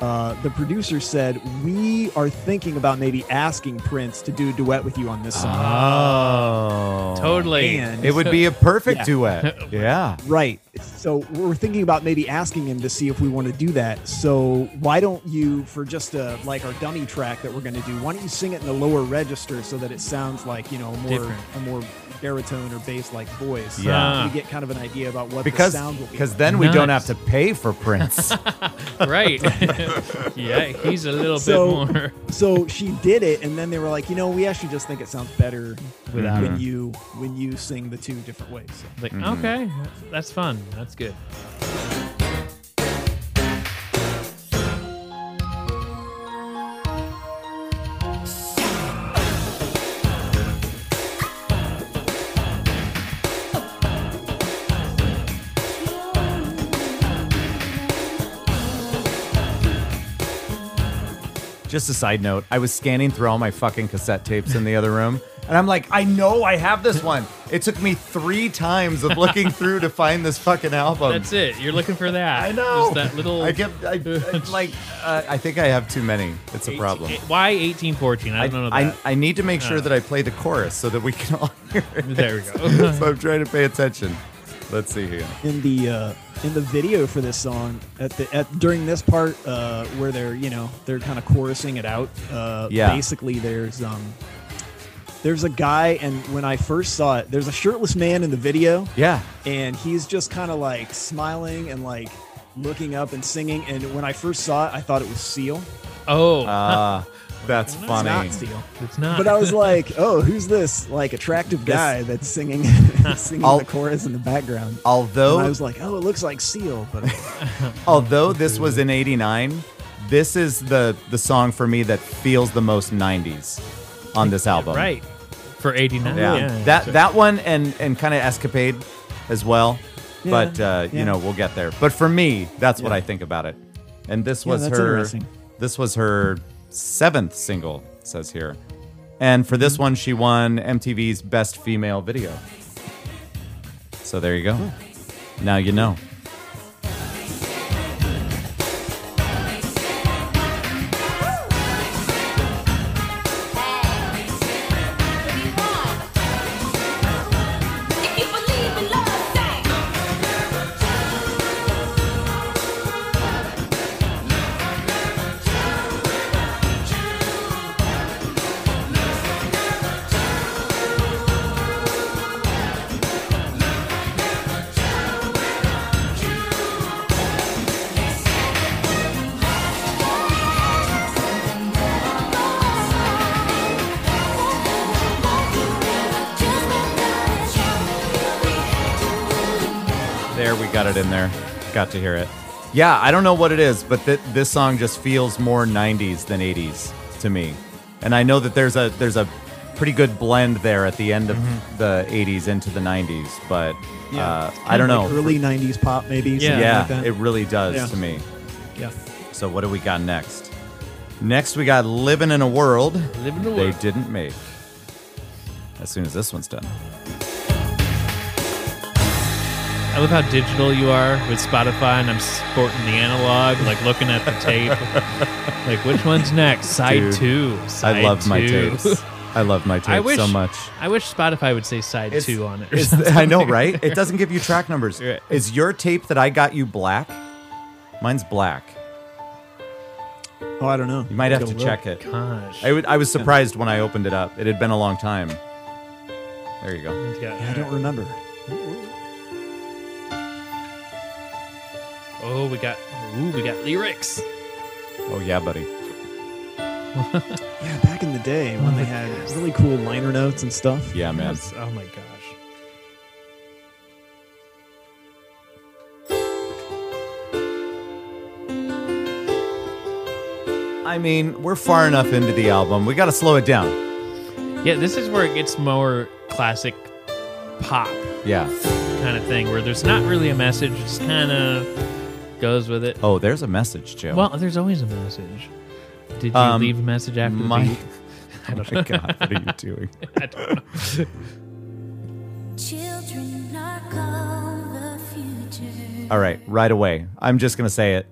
C: uh, the producer said, We are thinking about maybe asking Prince to do a duet with you on this
A: Ah.
C: song.
A: Oh.
B: Totally.
C: And-
A: It would be a perfect
C: Yeah.
A: duet. Yeah.
C: Right. So, we're thinking about maybe asking him to see if we want to do that. So, why don't you, for just a, like our dummy track that we're going to do, why don't you sing it in the lower register so that it sounds like, you know, more,
B: Different.
C: a more baritone or bass like voice?
A: Yeah.
C: So you get kind of an idea about what
A: Because
C: the sound will be.
A: because
C: like.
A: then we don't have
B: Nice.
A: to pay for Prince.
B: Right. yeah, he's a little
C: So-
B: bit more.
C: so she did it and then they were like you know we actually just think it sounds better
A: Without
C: when
A: her.
C: you when you sing the two different ways So-
B: Like,
A: Mm-hmm.
B: okay, that's fun. That's good.
A: Just a side note, I was scanning through all my fucking cassette tapes in the other room, and I'm like, I know I have this one. It took me three times of looking through to find this fucking album.
B: That's it. You're looking for that.
A: Um, I know.
B: Just that little.
A: I get. I, I- like. Uh, I think I have too many. It's a problem.
B: Eight- Why 1814? I
A: I,
B: don't know
A: I,
B: that.
A: I need to make sure that I play the chorus so that we can all hear it.
B: there we go.
A: so I'm trying to pay attention. Let's see here.
C: in the uh in the video for this song at the at during this part uh where they're you know they're kind of chorusing it out uh
A: Yeah.
C: basically there's um there's a guy and when i first saw it there's a shirtless man in the video
A: Yeah.
C: and he's just kind of like smiling and like looking up and singing and when i first saw it i thought it was seal
B: oh,
A: Uh, that's
C: it's
A: funny.
C: not seal
B: it's not.
C: But I was like, oh, who's this like attractive guy that's singing singing
A: I'll-
C: the chorus in the background? And I
A: Although,
C: was like, oh, it looks like Seal, but
A: although this was in '89, this is the the song for me that feels the most '90s on this album.
B: right for 89.
A: Yeah.
B: yeah.
A: that that one and and kind of Escapade as well. but
C: Yeah,
A: uh,
C: yeah.
A: you know we'll get there. But for me, that's what
C: Yeah.
A: I think about it. And this
C: Yeah,
A: was
C: that's
A: her.
C: interesting.
A: This was her seventh single. it Says here. And for
C: Mm-hmm.
A: this one, she won MTV's Best Female Video. So there you go. Now you know.
F: If you believe in love, say.
A: There, we got it in there. Got to hear it. Yeah, I don't know what it is, but th- this song just feels more '90s than '80s to me. And I know that there's a there's a pretty good blend there at the end of
C: Mm-hmm.
A: the '80s into the '90s, but uh, I don't know.
C: Like early '90s pop, maybe.
B: Yeah.
C: something
A: yeah,
C: like that.
A: it really does
C: Yeah.
A: to me.
C: yeah.
A: So what do we got next? Next, we got "Living in a World."
B: Living the
A: They
B: world.
A: didn't make. As soon as this one's done.
B: I love how digital you are with Spotify, and I'm sporting the analog, like looking at the tape. like, which one's next? Side
A: Dude,
B: two. Side
A: I love my
B: two.
A: tapes. I love my
B: I
A: tapes
B: wish
A: so much.
B: I wish Spotify would say side
A: It's-
B: two on it. Or
A: it's-
B: something.
A: I know, right? It doesn't give you track numbers.
B: Right.
A: Is your tape that I got you black? Mine's black.
C: Oh, I don't know.
A: You might have to check it.
B: Gosh.
A: I, would, I was surprised when I opened it up. It had been a long time. There you go.
C: I don't remember.
B: Oh, we got. Ooh, we got lyrics.
A: Oh yeah, buddy.
C: Yeah, back in the day when they had really cool liner notes and stuff.
A: Yeah, man.
B: That's- oh my gosh.
A: I mean, we're far enough into the album. We got to slow it down.
B: Yeah, this is where it gets more classic pop
A: Yeah.
B: kind of thing, where there's not really a message, just kind of goes with it.
A: Oh, there's a message, Joe.
B: Well, there's always a message. Did you
A: Um,
B: leave a message after
A: my,
B: the beat?
A: oh my God, what are you doing?
B: I don't know.
F: Children are called the future.
A: All right, right away. I'm just gonna say it.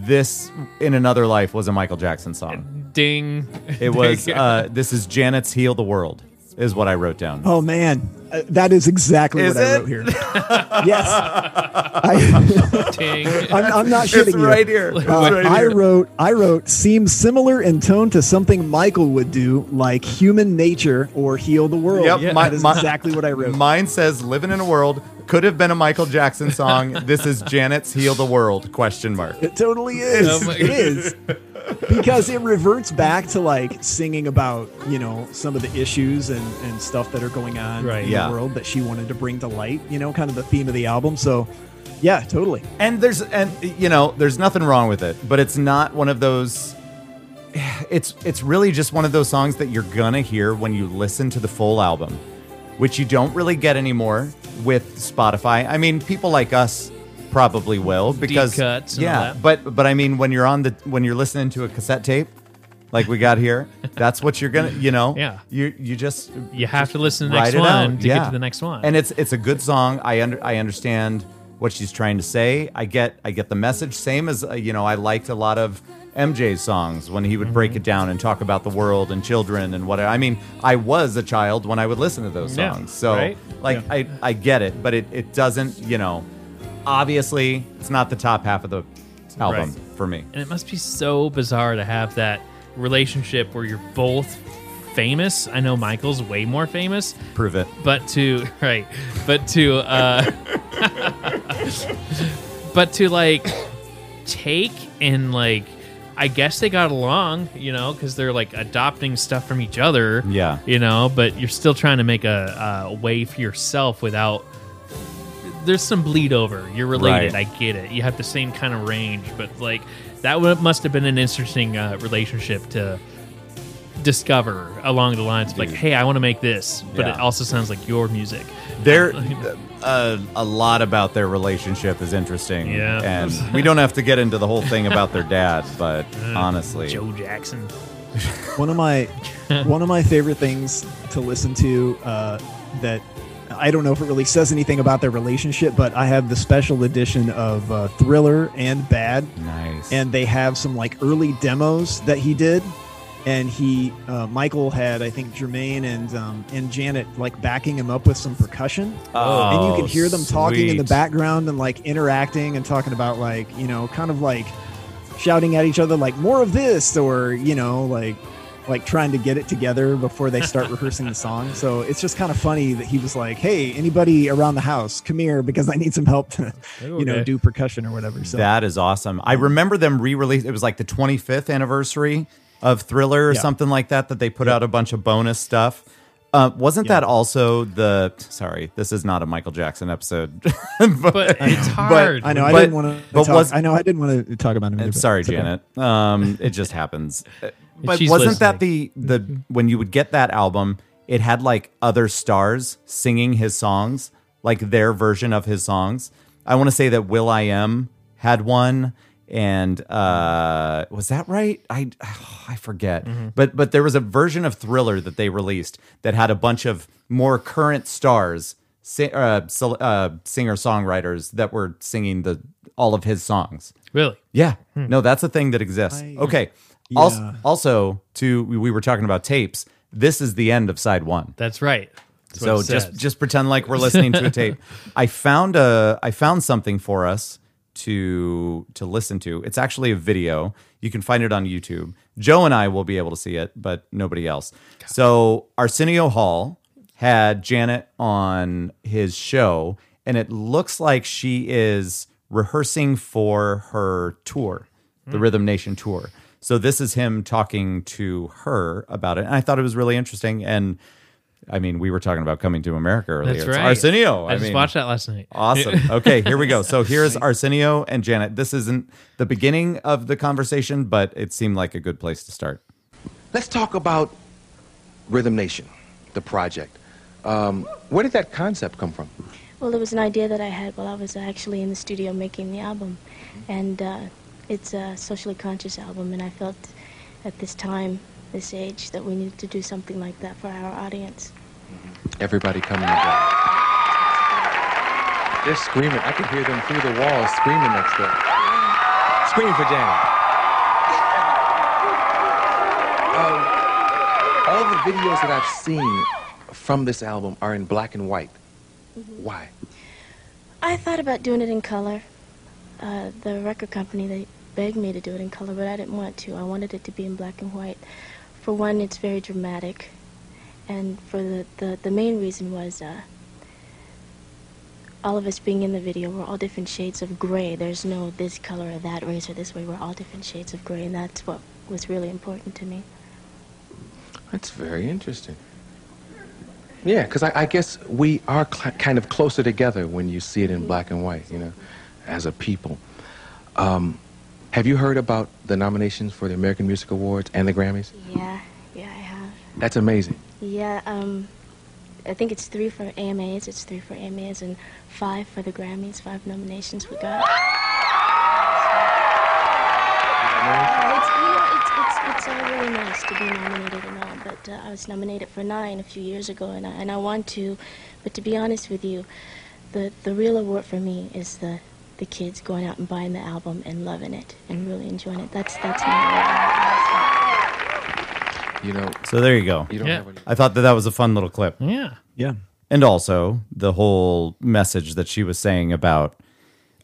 A: This, in another life, was a Michael Jackson song.
B: Ding.
A: It was. Uh, this is Janet's "Heal the World," is what I wrote down.
C: Oh man, uh, that is exactly
A: Is
C: what I
A: it?
C: wrote here. yes, I,
B: Ding.
C: I'm, I'm not shitting
A: it's
C: you.
A: right here. It's
C: Uh,
A: right
C: I
A: here.
C: wrote, I wrote, seems similar in tone to something Michael would do, like human nature or heal the world.
A: Yep, my-
C: that is
A: my-
C: exactly what I wrote.
A: Mine says "Living in a World" could have been a Michael Jackson song. this is Janet's "Heal the World?" Question mark.
C: it totally is.
B: Oh my
C: it is because it reverts back to like singing about you know some of the issues and and stuff that are going on
B: Right.
C: in
A: Yeah.
C: the world that she wanted to bring to light. You know, kind of the theme of the album. So, yeah, totally.
A: and there's and you know there's nothing wrong with it but it's not one of those it's it's really just one of those songs that you're gonna hear when you listen to the full album which you don't really get anymore with spotify i mean people like us probably will because
B: cuts and all
A: yeah
B: that.
A: but but i mean when you're on the when you're listening to a cassette tape like we got here that's what you're gonna you know
B: Yeah.
A: you you just
B: You have to listen to the
A: write
B: next
A: it out.
B: one to
A: yeah.
B: get to the next one.
A: And it's it's a good song. I under I understand what she's trying to say. I get I get the message. Same as uh, you know, I liked a lot of MJ's songs when he would break
B: Mm-hmm.
A: it down and talk about the world and children and whatever. I mean, I was a child when I would listen to those
B: Yeah,
A: songs. so
B: right?
A: like I I get it, but it it doesn't you know. Obviously, it's not the top half of the album
B: Right.
A: for me.
B: And it must be so bizarre to have that relationship where you're both famous. I know Michael's way more famous,
A: Prove it.
B: but to right, but to uh but to like take and like I guess they got along, you know, cuz they're like adopting stuff from each other.
A: Yeah.
B: You know, but you're still trying to make a, a way for yourself without there's some bleed over. You're related.
A: Right.
B: I get it. You have the same kind of range, but like that would, must have been an interesting uh, relationship to discover along the lines of like, hey, I want to make this, but it
A: Yeah.
B: also sounds like your music.
A: There, uh, a lot about their relationship is interesting.
B: Yeah.
A: and we don't have to get into the whole thing about their dad, but honestly,
B: Joe Jackson.
C: one of my one of my favorite things to listen to uh, that I don't know if it really says anything about their relationship, but I have the special edition of uh, Thriller and Bad,
A: nice.
C: and they have some like early demos that he did, and he uh, Michael had I think Jermaine and um, and Janet like backing him up with some percussion, and you can hear them talking in the
A: sweet.
C: background and like interacting and talking about like you know kind of like shouting at each other like more of this or you know like like trying to get it together before they start rehearsing the song so it's just kind of funny that he was like hey anybody around the house come here because i need some help to you know
B: Okay.
C: do percussion or whatever so
A: That is awesome. I remember them re-release. It was like the 25th anniversary of Thriller or
C: Yeah.
A: something like that. That they put out a bunch of bonus stuff. Uh, wasn't that also the? Sorry, this is not a Michael Jackson episode. but,
B: But it's hard.
C: i know i
A: But-
C: didn't want to
A: but
C: talk,
A: was- Uh,
C: i know i didn't want to talk about him either, but
A: Sorry,
C: it's okay.
A: Janet. Um, it just happens. Uh, But
B: she's
A: wasn't that the the
C: Mm-hmm.
A: when you would get that album? It had like other stars singing his songs, like their version of his songs. I want to say that Will I Am had one, and uh, was that right? I I forget. But but there was a version of Thriller that they released that had a bunch of more current stars, si- uh, sol- uh, singer songwriters that were singing the all of his songs.
B: Really?
A: Yeah. No, that's a thing that exists. okay. Also,
C: Yeah.
A: also, to we were talking about tapes. This is the end of side one.
B: That's right. That's what
A: so
B: it
A: just
B: says.
A: just pretend like we're listening to a tape. I found a I found something for us to to listen to. It's actually a video. You can find it on YouTube. Joe and I will be able to see it, but nobody else. So Arsenio Hall had Janet on his show, and it looks like
B: Hmm.
A: she is rehearsing for her tour, the Rhythm Nation tour. So this is him talking to her about it. And I thought it was really interesting. And I mean, we were talking about coming to America earlier.
B: That's
A: It's
B: right.
A: Arsenio.
B: I, just
A: mean, Oh,
B: watched that last night.
A: Awesome. Okay, here we go. So here's Arsenio and Janet. This isn't the beginning of the conversation, but it seemed like a good place to start.
K: Let's talk about Rhythm Nation, the project. Um, where did that concept come from?
I: Well, it was an idea that I had while I was uh, actually in the studio making the album. And uh, it's a socially conscious album, and I felt at this time, this age, that we needed to do something like that for our audience.
K: Everybody coming together. They're screaming. I could hear them through the walls screaming next door. Screaming for Janet. Um, all the videos that I've seen from this album are in black and white. Why?
I: I thought about doing it in color. Uh, the record company they begged me to do it in color, but I didn't want to. I wanted it to be in black and white. For one, it's very dramatic, and for the the, the main reason was uh, all of us being in the video we're all different shades of gray. There's no this color or that race or this way. We're all different shades of gray, and that's what was really important to me.
K: That's very interesting. Yeah, because I, I guess we are cl- kind of closer together when you see it in black and white, you know, as a people. Um, have you heard about the nominations for the American Music Awards and the Grammys?
I: Yeah, yeah, I have.
K: That's amazing.
I: Yeah, um, I think it's three for AMAs, it's three for AMAs, and five for the Grammys, five nominations we got. It's, you know, it's, it's, it's all really nice to be nominated and all, but uh, I was nominated for nine a few years ago, and I, and I want to, but to be honest with you, the, the real award for me is the, the kids going out and buying the album and loving it and really enjoying it. That's, that's my award.
K: You know.
A: So there you go.
K: You don't Yeah. have any-
A: I thought that that was a fun little clip.
B: Yeah.
C: Yeah.
A: And also the whole message that she was saying about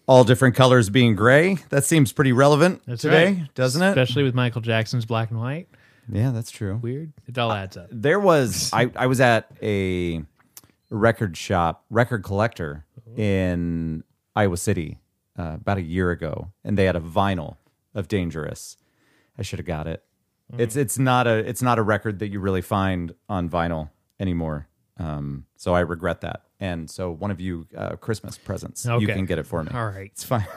A: all different colors being gray. That seems pretty relevant
B: That's
A: today,
B: right.
A: doesn't it?
B: Especially with Michael Jackson's black and white.
A: Yeah, that's true.
B: Weird. It all adds up.
A: There was I, I was at a record shop, record collector in Iowa City uh, about a year ago, and they had a vinyl of Dangerous. I should have got it.
B: Mm-hmm.
A: It's it's not a it's not a record that you really find on vinyl anymore. Um, so I regret that. And so one of you uh, Christmas presents, you
B: Okay.
A: can get it for me.
B: All right. Uh-huh.
A: it's fine.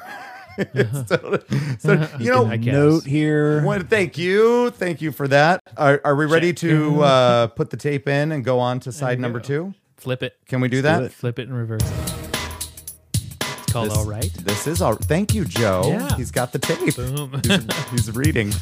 A: It's totally- so you know,
B: I guess.
C: Note here.
A: well, thank you. Thank you for that. Are, are we ready to uh, put the tape in and go on to side number two?
B: Flip it.
A: Can we do that?
B: Flip it and reverse it. It's called
A: This-
B: All Right.
A: This is all. Thank you, Joe.
B: Yeah.
A: He's got the tape.
B: Boom.
A: He's, he's reading.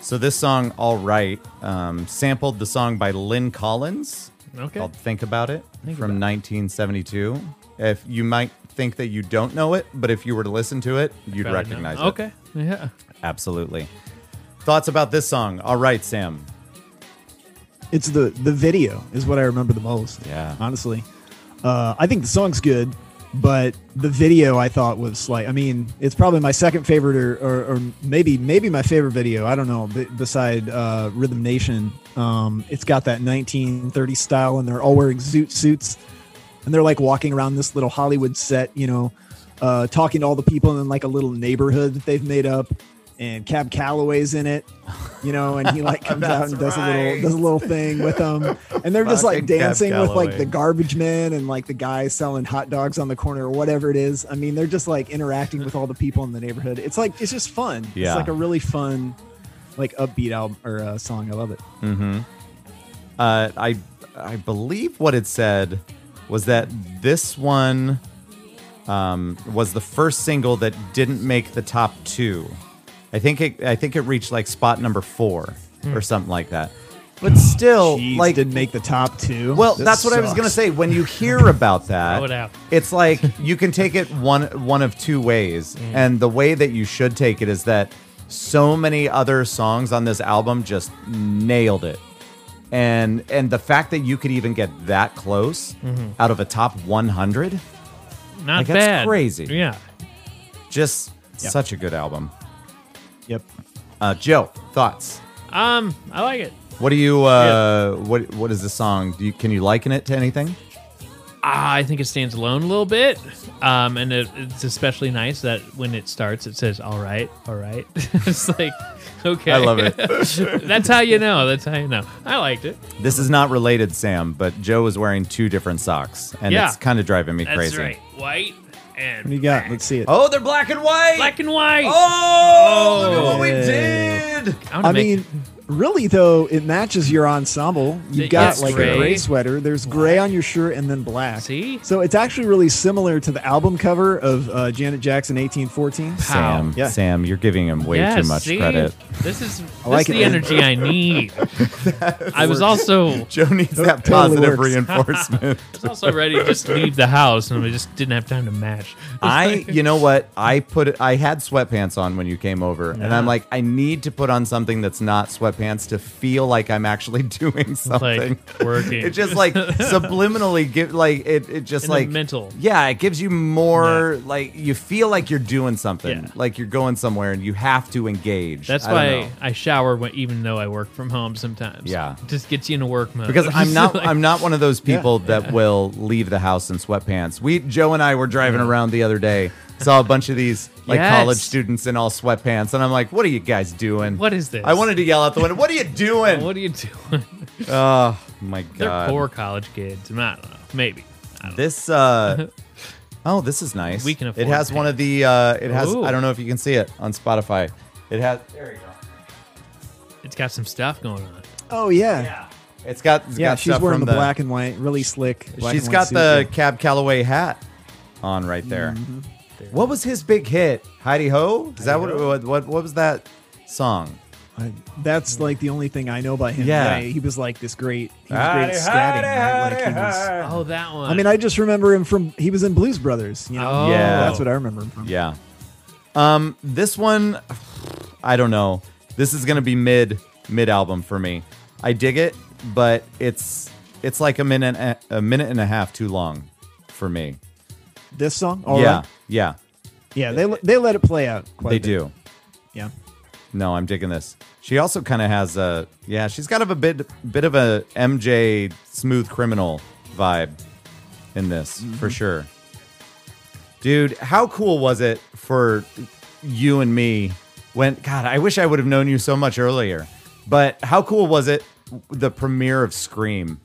A: So this song, all right, um, sampled the song by Lynn Collins
B: Okay.
A: called "Think About It" from 1972. If you might think that you don't know it, but if you were to listen to it, you'd
B: Better now.
A: recognize it.
B: Okay. Yeah.
A: absolutely. Thoughts about this song? All right, Sam.
C: It's the the video is what I remember the most.
A: Yeah.
C: honestly, uh, I think the song's good, but the video I thought was like, I mean, it's probably my second favorite, or or, or maybe maybe my favorite video. I don't know. B- beside uh, Rhythm Nation, um, it's got that 1930s style, and they're all wearing zoot suits, and they're like walking around this little Hollywood set, you know, uh, talking to all the people in like a little neighborhood that they've made up. and Cab Calloway's in it, you know, and he like comes out and does a little
A: right.
C: does a little thing with them, and they're just like
A: Fucking Cab
C: dancing with like
A: Calloway.
C: the garbage men and like the guy selling hot dogs on the corner or whatever it is. I mean, they're just like interacting with all the people in the neighborhood. It's like it's just fun.
A: Yeah.
C: it's like a really fun, like upbeat album or uh, song. I love it.
A: Mm-hmm. Uh, I I believe what it said was that this one um, was the first single that didn't make the top two. I think it I think it reached like spot number four
C: Hmm.
A: or something like that. But still,
C: Jeez,
A: Oh, like
C: didn't make the top two.
A: Well,
C: This
A: that's what I was
C: sucks.
A: gonna say. When you hear about that,
B: Throw it out.
A: it's like you can take it one one of two ways,
B: Mm.
A: and the way that you should take it is that so many other songs on this album just nailed it, and and the fact that you could even get that close
C: Mm-hmm.
B: Mhm.
A: out of a top 100,
B: Not
A: like,
B: bad.
A: that's crazy.
B: Yeah.
A: just
B: Yeah.
A: such a good album.
C: Yep.
A: Uh, Joe, thoughts?
B: Um, I like it.
A: What do you uh, what what is the song? Do you, can you liken it to anything?
B: Ah, I think it stands alone a little bit. Um, and it, it's especially nice that when it starts, it says, all right, all right. it's like, okay.
A: I love it.
B: That's how you know. That's how you know. I liked it.
A: This is not related, Sam, but Joe is wearing two different socks, and
B: Yeah.
A: it's kind of driving me
B: That's
A: crazy.
B: right. White and
C: What do you got? Let's see it.
A: Oh, they're black and white.
B: black and white. Oh.
A: Oh, look at what we
C: Yeah.
A: did.
B: I'm gonna
C: I
B: make-
C: mean, really though, it matches your ensemble. You've
B: Th-
C: got
B: it's
C: like
B: gray.
C: a gray sweater. There's gray on your shirt and then black.
B: See?
C: So it's actually really similar to the album cover of uh, Janet Jackson 1814.
A: Sam,
C: Yeah.
A: Sam, you're giving him way
B: Yeah,
A: too much
B: see?
A: credit.
B: This is, this
C: like
B: is
C: it,
B: the
C: man.
B: energy I need. I was also
A: Joe needs that
C: totally
A: positive
C: works.
A: reinforcement.
B: I was also ready to just leave the house, and we just didn't have time to match.
A: I, you know what? I put it, I had sweatpants on when you came over, and I'm like, I need to put on something that's not sweatpants to feel like I'm actually doing something.
B: working.
A: it just like subliminally give like it. It just
B: In the
A: like
B: mental.
A: Yeah, it gives you more like you feel like you're doing something,
B: Yeah.
A: like you're going somewhere, and you have to engage.
B: That's
A: I don't know.
B: why I, shower when, even though I work from home sometimes.
A: Yeah.
B: It just gets you into work mode.
A: because I'm not
B: Like,
A: I'm not one of those people that will leave the house in sweatpants. We Joe and I were driving around the other day, saw a bunch of these like
B: Yes.
A: college students in all sweatpants, and I'm like, what are you guys doing?
B: What is this?
A: I wanted to yell out the window, what are you doing?
B: What are you doing?
A: oh my
B: They're
A: god,
B: poor college kids. I don't know. Maybe.
A: this uh. Oh, this is nice.
B: We can
A: It
B: afford
A: has one of the. Uh, it has.
B: Ooh.
A: I don't know if you can see it on Spotify. It has. There you go.
B: It's got some stuff going on.
C: Oh yeah. Yeah.
A: It's got. it's got
C: she's
A: stuff
C: wearing
A: from
C: the, black and white, really slick. Black
A: She's
C: and white
A: got
C: suit,
A: the
C: yeah. Mm-hmm.
A: Cab Calloway hat on right there. What was his big hit? Heidi Ho? Is that what, what what what was that song?
C: I- that's like the only thing I know by him.
A: Yeah.
C: he was like this great. He was
A: Howdy,
C: great at scatting. right? Like, he
A: howdy,
C: was-
A: howdy.
B: Oh, that one.
C: I mean, I just remember him from he was in Blues Brothers. You know,
B: Oh.
A: Yeah.
C: that's what I remember him from.
A: Yeah. Um this one I don't know. This is going to be mid mid album for me. I dig it, but it's it's like a minute and a, a minute and a half too long for me.
C: This song, All right.
A: yeah. Yeah.
C: yeah. They they let it play out. Quite
A: They
C: a
A: do.
C: bit. Yeah.
A: No, I'm digging this. She also kind of has a yeah, she's got of a bit bit of a MJ smooth criminal vibe in this
B: Mm-hmm.
A: for sure. Dude, how cool was it for you and me when God, I wish I would have known you so much earlier. But how cool was it the premiere of Scream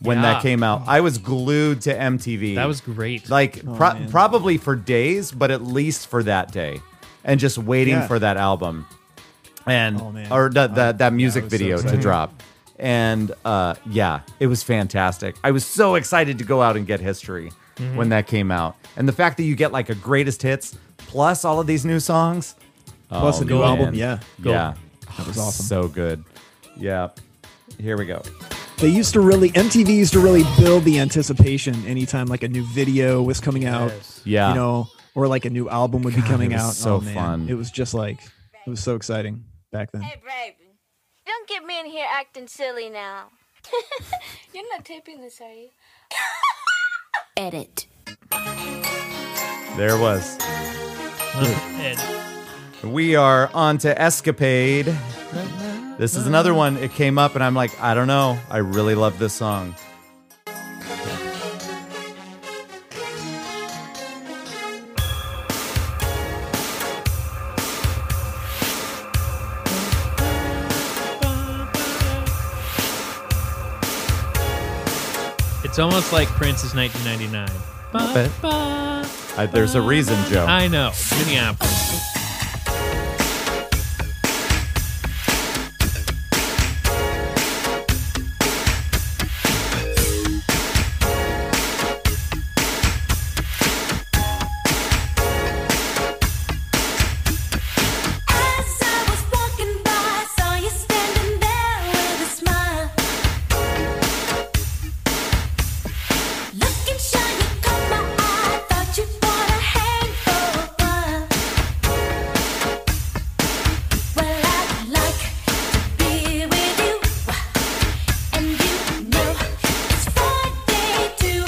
A: when
B: Yeah.
A: that came out? I was glued to MTV.
B: that was great.
A: like
C: Oh,
A: pro-
C: man.
A: probably for days, but at least for that day, and just waiting
C: Yeah.
A: for that album and
C: Oh, man.
A: or that that, that music
C: I was so
A: video to
C: excited.
A: drop. And uh, yeah, it was fantastic. I was so excited to go out and get history
C: Mm-hmm.
A: when that came out, and the fact that you get like a greatest hits plus all of these new songs,
C: Plus
A: Oh,
C: a new
A: man.
C: album. Yeah.
A: yeah,
C: That was awesome.
A: so good. Yeah, here we go.
C: They used to really MTV used to really build the anticipation anytime like a new video was coming out.
B: Yes.
A: Yeah,
C: You know, or like a new album would be coming
A: it was
C: out.
A: so
C: oh, man.
A: fun.
C: It was just like it was so exciting back then.
L: Hey, baby. Don't get me in here acting silly now.
E: You're not taping this, are you?
L: Edit.
A: there was.
B: And
A: We are on to Escapade. This is another one. It came up, and I'm like, I don't know. I really love this song.
B: It's almost like Prince's 1999.
A: But I, there's a reason, Joe.
B: I know. Minneapolis.
F: As I was walking by, I saw you standing there with a smile. Looking shy, you caught my eye. Thought you would to hang for a while. Well, I'd like to be with you, and you know it's Friday too.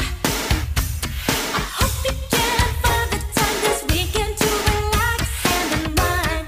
F: I hope you can find the time this weekend to relax and unwind.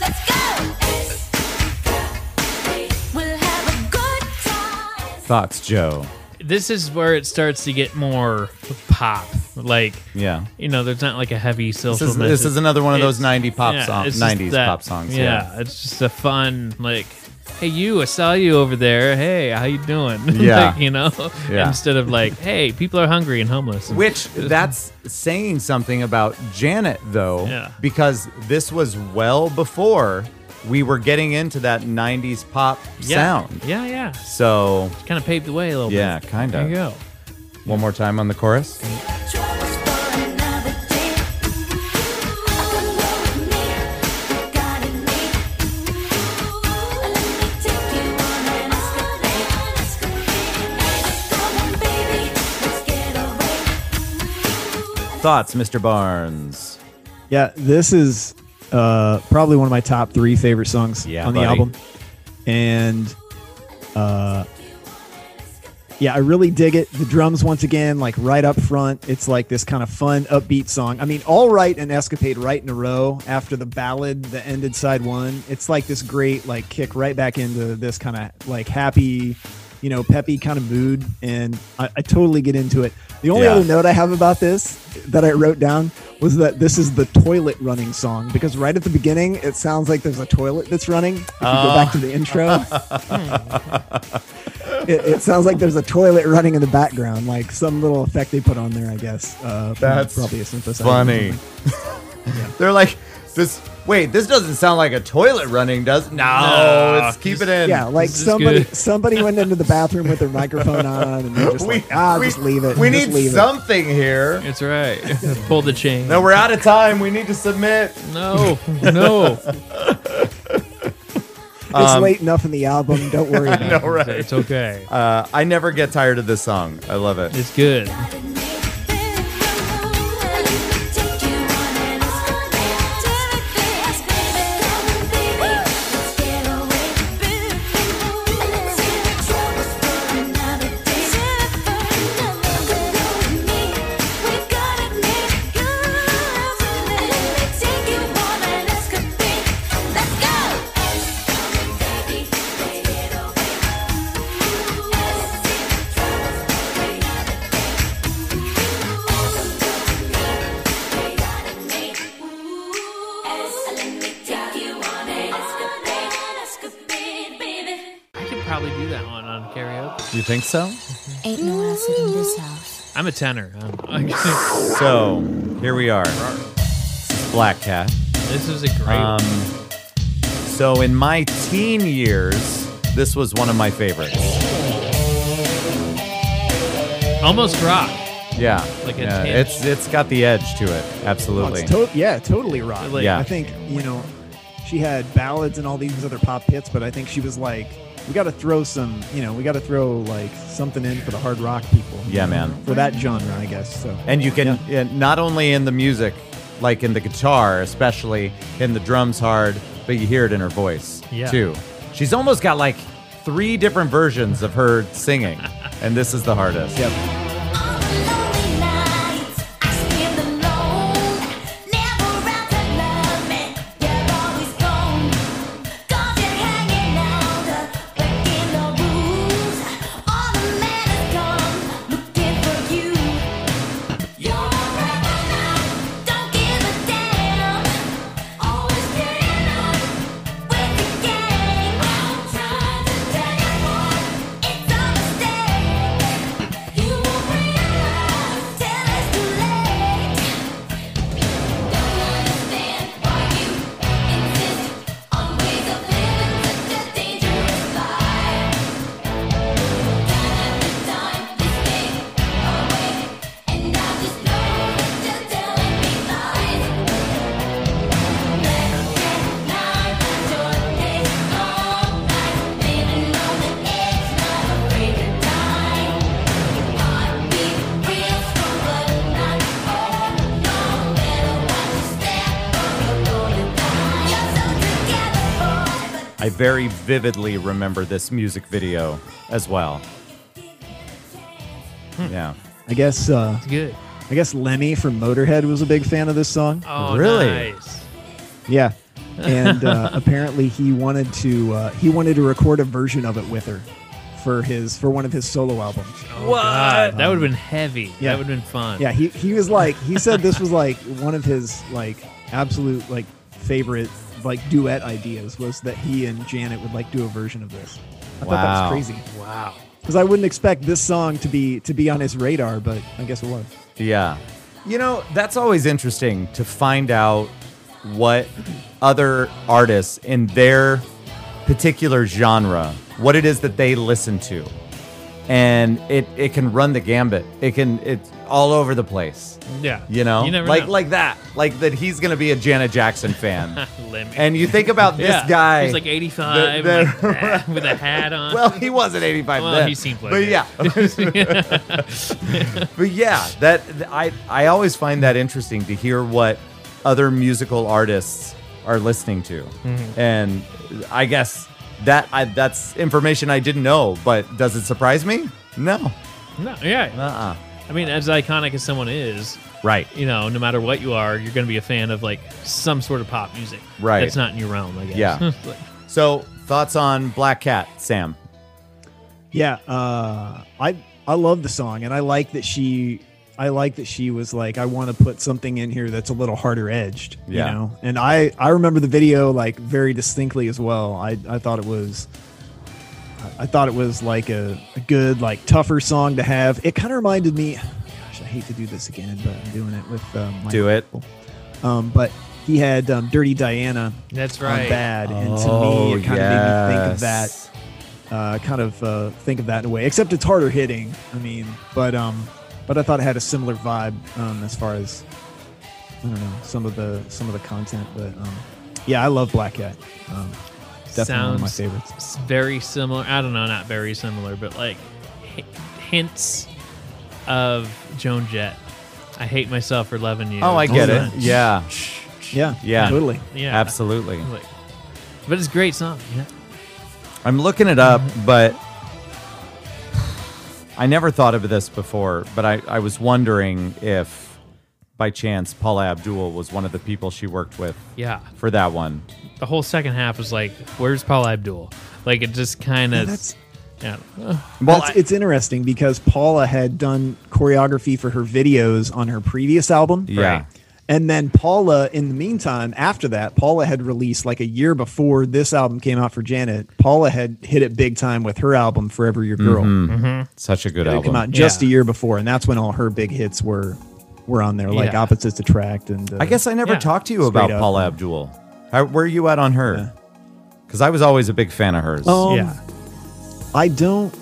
F: Let's go! We'll have a good
A: Thoughts, Joe?
B: This is where it starts to get more pop. Like,
A: Yeah.
B: you know, there's not like a heavy
A: This
B: social
A: is,
B: message.
A: this is another one of those
B: It's-
A: 90 pop
B: yeah,
A: song,
B: it's just
A: 90s
B: that-
A: pop songs.
B: Yeah, it's just a fun like, hey you, I saw you over there. Hey, how you doing? Like,
A: Yeah.
B: you know,
A: Yeah.
B: instead of like, hey, people are hungry and homeless. And
A: Which that's saying something about Janet though,
B: Yeah.
A: because this was well before we were getting into that 90s pop
B: yeah,
A: sound.
B: Yeah, yeah.
A: So,
B: Kind of paved the way a little
A: yeah,
B: bit.
A: kind
B: There
A: of.
B: you go.
A: One more time on the chorus. Thoughts, Mr. Barnes?
C: Yeah, this is uh, probably one of my top three favorite songs
A: Yeah,
C: on the
A: buddy.
C: album, and uh, yeah, I really dig it. The drums once again, like right up front, it's like this kind of fun, upbeat song. I mean, All Right and Escapade right in a row after the ballad that ended side one. It's like this great like kick right back into this kind of like happy. You know, peppy kind of mood, and I, I totally get into it. The only
A: Yeah.
C: other note I have about this that I wrote down was that this is the toilet running song because right at the beginning it sounds like there's a toilet that's running. If you go back to the intro, it, it sounds like there's a toilet running in the background, like some little effect they put on there, I guess. Uh, from
A: That's
C: probably a synthesizer.
A: funny. They're like this. Wait, this doesn't sound like a toilet running, does? No,
B: No,
A: it's keep it in.
C: Yeah, like
B: This is
C: somebody
B: good.
C: somebody went into the bathroom with their microphone on and they're just like, ah, just leave it.
A: We
C: just
A: need
C: leave it."
A: something here.
B: That's right. Pull the chain.
A: No, we're out of time. We need to submit.
B: No, no.
C: It's late enough in the album. Don't worry. About it.
A: All Um, right.
B: It's okay.
A: Uh, I never get tired of this song. I love it.
B: It's good. I could probably do that one on karaoke.
A: You think so?
E: Ain't no acid in this house.
B: I'm a tenor. I don't know.
A: So here we are. This is Black Cat.
B: this is a great.
A: Um, so in my teen years, this was one of my favorites.
B: one. Almost rock.
A: Yeah,
B: Like a
A: yeah,
B: tinge.
A: it's it's got the edge to it.
C: Oh,
A: Absolutely.
C: it's to- yeah, totally rock.
B: Like,
A: Yeah.
C: I think you know she had ballads and all these other pop hits, but I think she was like, we got to throw some, you know, we got to throw like something in for the hard rock people.
A: Yeah, man.
C: For that genre, I guess. So
A: And you can yeah, not only in the music, like in the guitar, especially in the drums hard, but you hear it in her voice
B: Yeah.
A: too. She's almost got like three different versions of her singing, and this is the hardest. Yep. I very vividly remember this music video as well. Yeah.
C: I guess uh,
B: good.
C: I guess Lemmy from Motorhead was a big fan of this song.
B: Oh,
A: Really?
B: nice.
C: Yeah, and uh, apparently he wanted to uh, he wanted to record a version of it with her for his for one of his solo albums.
B: Oh, God, that would have been heavy.
C: yeah.
B: That would have been fun.
C: Yeah, he he was like he said this was like one of his like absolute like favorite like duet ideas was that he and Janet would like do a version of this. I thought that
A: Wow.
C: was crazy
B: Wow.
C: because I wouldn't expect this song to be to be on his radar, but I guess it was.
A: Yeah. You know, that's always interesting to find out what other artists in their particular genre, what it is that they listen to. And it it can run the gambit. It can it's all over the place.
B: Yeah.
A: You know?
B: You never
A: like
B: know.
A: like that. Like that he's going to be a Janet Jackson fan.
B: Lemmy.
A: and you think about this
B: Yeah.
A: guy.
B: He's like 85
A: the-
B: like that, with a hat on.
A: Well, he wasn't 85
B: Well,
A: then.
B: he seemed like
A: But
B: it.
A: yeah. but yeah, that th- I I always find that interesting to hear what other musical artists are listening to.
B: Mhm.
A: And I guess that I, that's information I didn't know, but does it surprise me? No.
B: No, yeah.
A: Uh-uh.
B: I mean, as iconic as someone is,
A: Right.
B: you know, no matter what you are, you're going to be a fan of like some sort of pop music.
A: Right.
B: That's not in your realm, I guess.
A: Yeah.
B: Like,
A: So, thoughts on Black Cat, Sam?
C: Yeah, uh, I I love the song, and I like that she I like that she was like, I want to put something in here that's a little harder edged,
A: Yeah.
C: you know. And I I remember the video like very distinctly as well. I I thought it was. I- I thought it was like a, a good, like tougher song to have. It kind of reminded me. Gosh, I hate to do this again, but I'm doing it with um, my
A: Do it.
C: Um, but he had um, "Dirty Diana"
B: that's
C: on
B: right.
C: bad, and
A: Oh,
C: to me, it kind of made me think of that
A: yes.
C: uh, kind of uh, think of that in a way. Except it's harder hitting. I mean, but um, but I thought it had a similar vibe um, as far as I don't know some of the some of the content. But um, yeah, I love Black Cat. Um, definitely one of my
B: Sounds
C: favorites.
B: s- Very similar. I don't know, not very similar, but like hi- hints of Joan Jett. I hate myself for loving you.
A: Oh, I get it.
C: yeah.
A: Yeah.
C: Yeah,
A: Yeah.
C: totally.
B: Yeah.
A: Absolutely.
B: Like, but it's a great song. Yeah.
A: I'm looking it up,
C: Mm-hmm.
A: but I never thought of this before. But I, I was wondering if, by chance, Paula Abdul was one of the people she worked with
B: Yeah.
A: for that one.
B: The whole second half was like, where's Paul Abdul? Like it just kind
C: Yeah,
B: of.
C: that's
B: yeah.
A: Well,
C: that's,
A: I-
C: it's interesting because Paula had done choreography for her videos on her previous album.
A: yeah,
C: And then Paula, in the meantime, after that, Paula had released like a year before this album came out for Janet. Paula had hit it big time with her album "Forever Your Girl."
A: such a good
C: It had
A: album.
C: come out just
B: Yeah.
C: a year before, and that's when all her big hits were were on there, like
B: Yeah.
C: "Opposites Attract" and uh,
A: I guess I never
B: Yeah.
A: talked to you
C: Straight
A: about
C: up.
A: Paula Abdul. How, where are you at on her? Because I was always a big fan of hers.
C: Um,
B: Yeah.
C: I don't.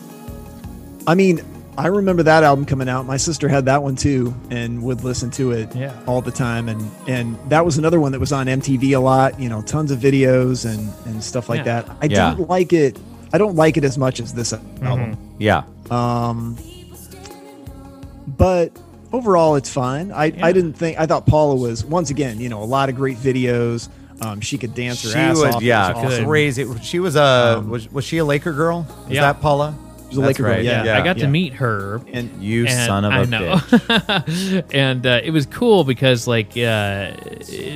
C: I mean, I remember that album coming out. My sister had that one too, and would listen to it
B: Yeah.
C: all the time. And and that was another one that was on MTV a lot. You know, tons of videos and and stuff
B: Yeah.
C: like that. I
A: Yeah.
C: don't like it. I don't like it as much as this
B: Mm-hmm.
C: album.
A: yeah,
C: Um, but overall, it's fine. I, I didn't think I thought Paula was once again, you know, a lot of great videos. Um, she could dance her
A: She
C: ass
A: was
C: off. It
A: yeah,
C: was awesome.
A: crazy. She was a was was she a Laker girl? Is
C: yeah.
A: that Paula?
C: She was a
A: That's
C: Laker girl, yeah.
B: I got to meet her.
C: And
A: you son of
B: a
A: a
B: bitch. and uh, it was cool because like uh,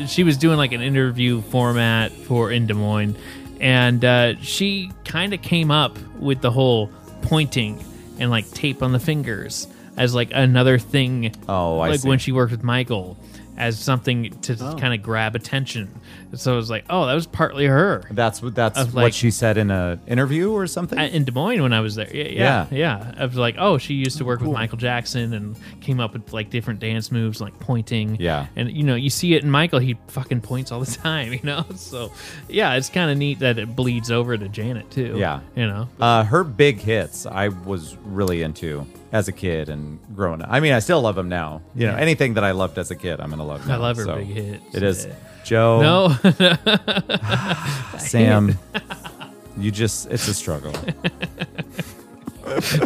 B: she was doing like an interview format for in Des Moines, and uh, she kind of came up with the whole pointing and like tape on the fingers as like another thing.
A: Oh, I
B: like
A: see. Oh.
B: when she worked with Michael. As something to kind of grab attention, so I was like, "Oh, that was partly her."
A: That's what that's
B: Of,
A: what
B: like-
A: she said in an interview or something.
B: I- in Des Moines when I was there. Yeah, yeah, yeah. I was like, oh, she used to work
A: cool.
B: with Michael Jackson and came up with like different dance moves, like pointing.
A: Yeah.
B: and you know, you see it in Michael; he fucking points all the time. You know, so yeah, it's kind of neat that it bleeds over to Janet too.
A: Yeah,
B: you know,
A: uh, her big hits. I was really into as a kid and growing up. I mean, I still love them now. You know,
B: Yeah.
A: anything that I loved as a kid, I'm gonna love.
B: I
A: Now.
B: love her
A: So,
B: big hits.
A: It is
B: Yeah.
A: Joe.
B: No.
A: Sam. You just, it's a struggle.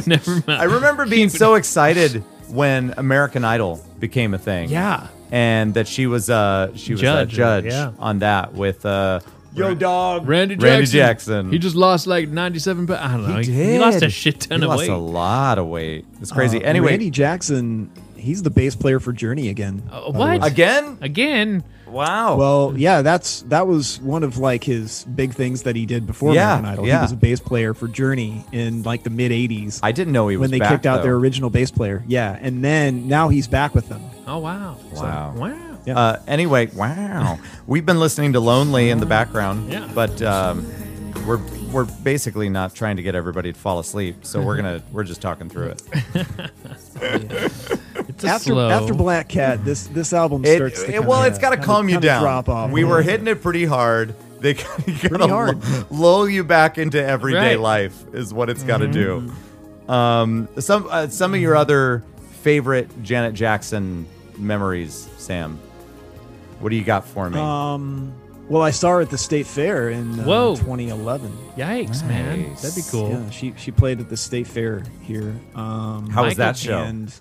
B: Never
A: I
B: mind.
A: remember being so excited when American Idol became a thing.
B: Yeah.
A: And that she was uh she was
B: Judge,
A: a judge
B: yeah.
A: on that with uh Yo dog
B: Randy Jackson.
A: Randy Jackson.
B: He just lost like ninety-seven. pounds. I don't know.
A: He
B: he lost a
A: did.
B: shit ton
A: He
B: of
A: lost
B: weight.
A: a lot of weight. It's crazy.
C: Uh,
A: anyway,
C: Randy Jackson, he's the bass player for Journey again.
A: Uh,
C: by the
B: what?
C: way.
A: again?
B: Again?
A: Wow.
C: Well, yeah, that's that was one of like his big things that he did before
A: Yeah,
C: American Idol.
A: yeah.
C: He was a bass player for Journey in like the mid '80s.
A: I didn't know he was
C: when they
A: back,
C: kicked out
A: though.
C: their original bass player. Yeah, and then now he's back with them.
B: Oh wow.
A: Wow.
B: wow.
A: Uh, anyway, wow. We've been listening to Lonely in the background,
B: Yeah.
A: but um, we're we're basically not trying to get everybody to fall asleep, so we're gonna we're just talking through it.
B: It's a
C: After
B: slow.
C: after Black Cat, this this album
A: Mm-hmm. It-
C: starts. to
A: it- well,
C: kinda-
A: it's got to
C: kinda-
A: calm you
C: kinda
A: down.
C: Drop off.
A: We were hitting it pretty hard. They got to
C: hard.
A: lull you back into everyday
B: Right.
A: life is what it's got to
C: Mm-hmm.
A: do. Um, some uh, some of your other favorite Janet Jackson memories, Sam. What do you got for me?
C: Um, well, I saw her at the State Fair in uh,
B: Whoa.
C: 2011.
B: Yikes, man.
A: Nice.
B: That'd be cool.
C: Yeah, she she played at the state fair here. Um,
A: How was
B: Michael
A: that show?
C: And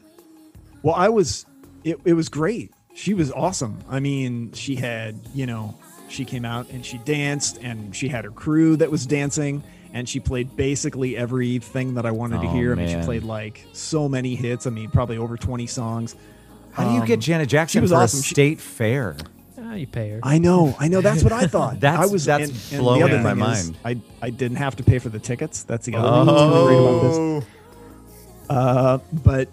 C: well, I was it, it was great. She was awesome. I mean, she had, you know, she came out and she danced and she had her crew that was dancing and she played basically everything that I wanted to
A: Oh,
C: hear. I mean,
A: man.
C: she played like so many hits. I mean, probably over 20 songs.
A: How do you
C: Um,
A: get Janet Jackson
C: was
A: for
C: awesome.
A: a
C: She-
A: state fair?
B: Ah, you pay her.
C: I know, I know. That's what I thought.
A: That's-
C: I was
A: that's
C: and,
A: blowing
C: and the other
A: my
C: thing is,
A: mind.
C: I I didn't have to pay for the tickets. That's the other thing that's great about this.
A: Oh,
C: Uh, but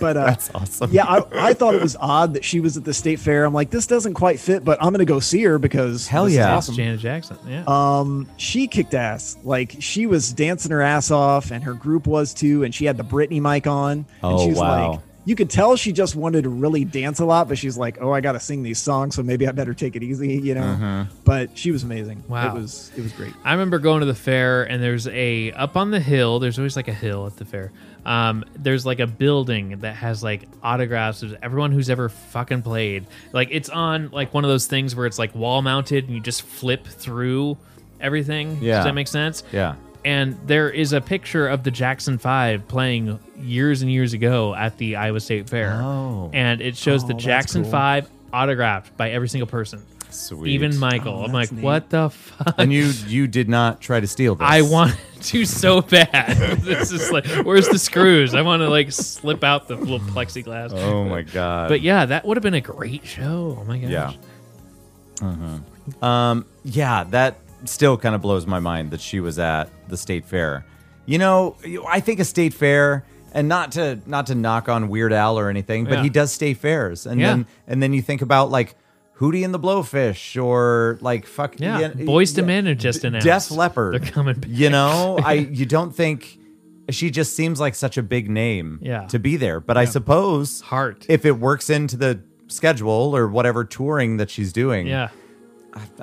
C: but uh,
A: That's awesome.
C: Yeah, I, I thought it was odd that she was at the state fair. I'm like, this doesn't quite fit, but I'm gonna go see her because
A: Hell
C: this is
A: yeah.
C: awesome.
B: Janet Jackson. Yeah.
C: Um, she kicked ass. Like she was dancing her ass off, and her group was too. And she had the Britney mic on.
A: Oh,
C: and she was
A: wow.
C: Like, you could tell she just wanted to really dance a lot, but she's like, "Oh, I got to sing these songs, so maybe I better take it easy," you know.
A: Uh-huh.
C: But she was amazing.
B: Wow.
C: it was it was great.
B: I remember going to the fair and there's a up on the hill. There's always like a hill at the fair. Um, there's like a building that has like autographs of everyone who's ever fucking played. Like it's on like one of those things where it's like wall mounted and you just flip through everything.
A: Yeah.
B: Does that make sense?
A: Yeah.
B: And there is a picture of the Jackson Five playing years and years ago at the Iowa State Fair.
A: Oh.
B: And it shows
C: Oh,
B: the
C: that's
B: Jackson
C: cool.
B: Five autographed by every single person.
A: Sweet.
B: Even Michael.
C: Oh,
B: I'm like,
C: that's neat.
B: what the fuck?
A: And you you did not try to steal this.
B: I want to so bad. this is like, where's the screws? I want to like slip out the little plexiglass.
A: Oh my god.
B: But yeah, that would have been a great show. Oh my gosh.
A: Yeah. Um, yeah, that still kind of blows my mind that she was at the state fair. You know, you- I think a state fair, and not to not to knock on Weird Al or anything, but
B: Yeah.
A: he does state fairs, and
B: Yeah.
A: then and then you think about like Hootie and the Blowfish or like fuck
B: Yeah,
A: you-
B: Boyz II Men are just
A: D-
B: announced.
A: Def Leppard.
B: They're coming back.
A: You know, I you don't think she just seems like such a big name
B: Yeah.
A: to be there, but I suppose
B: Heart.
A: if it works into the schedule or whatever touring that she's doing,
B: Yeah.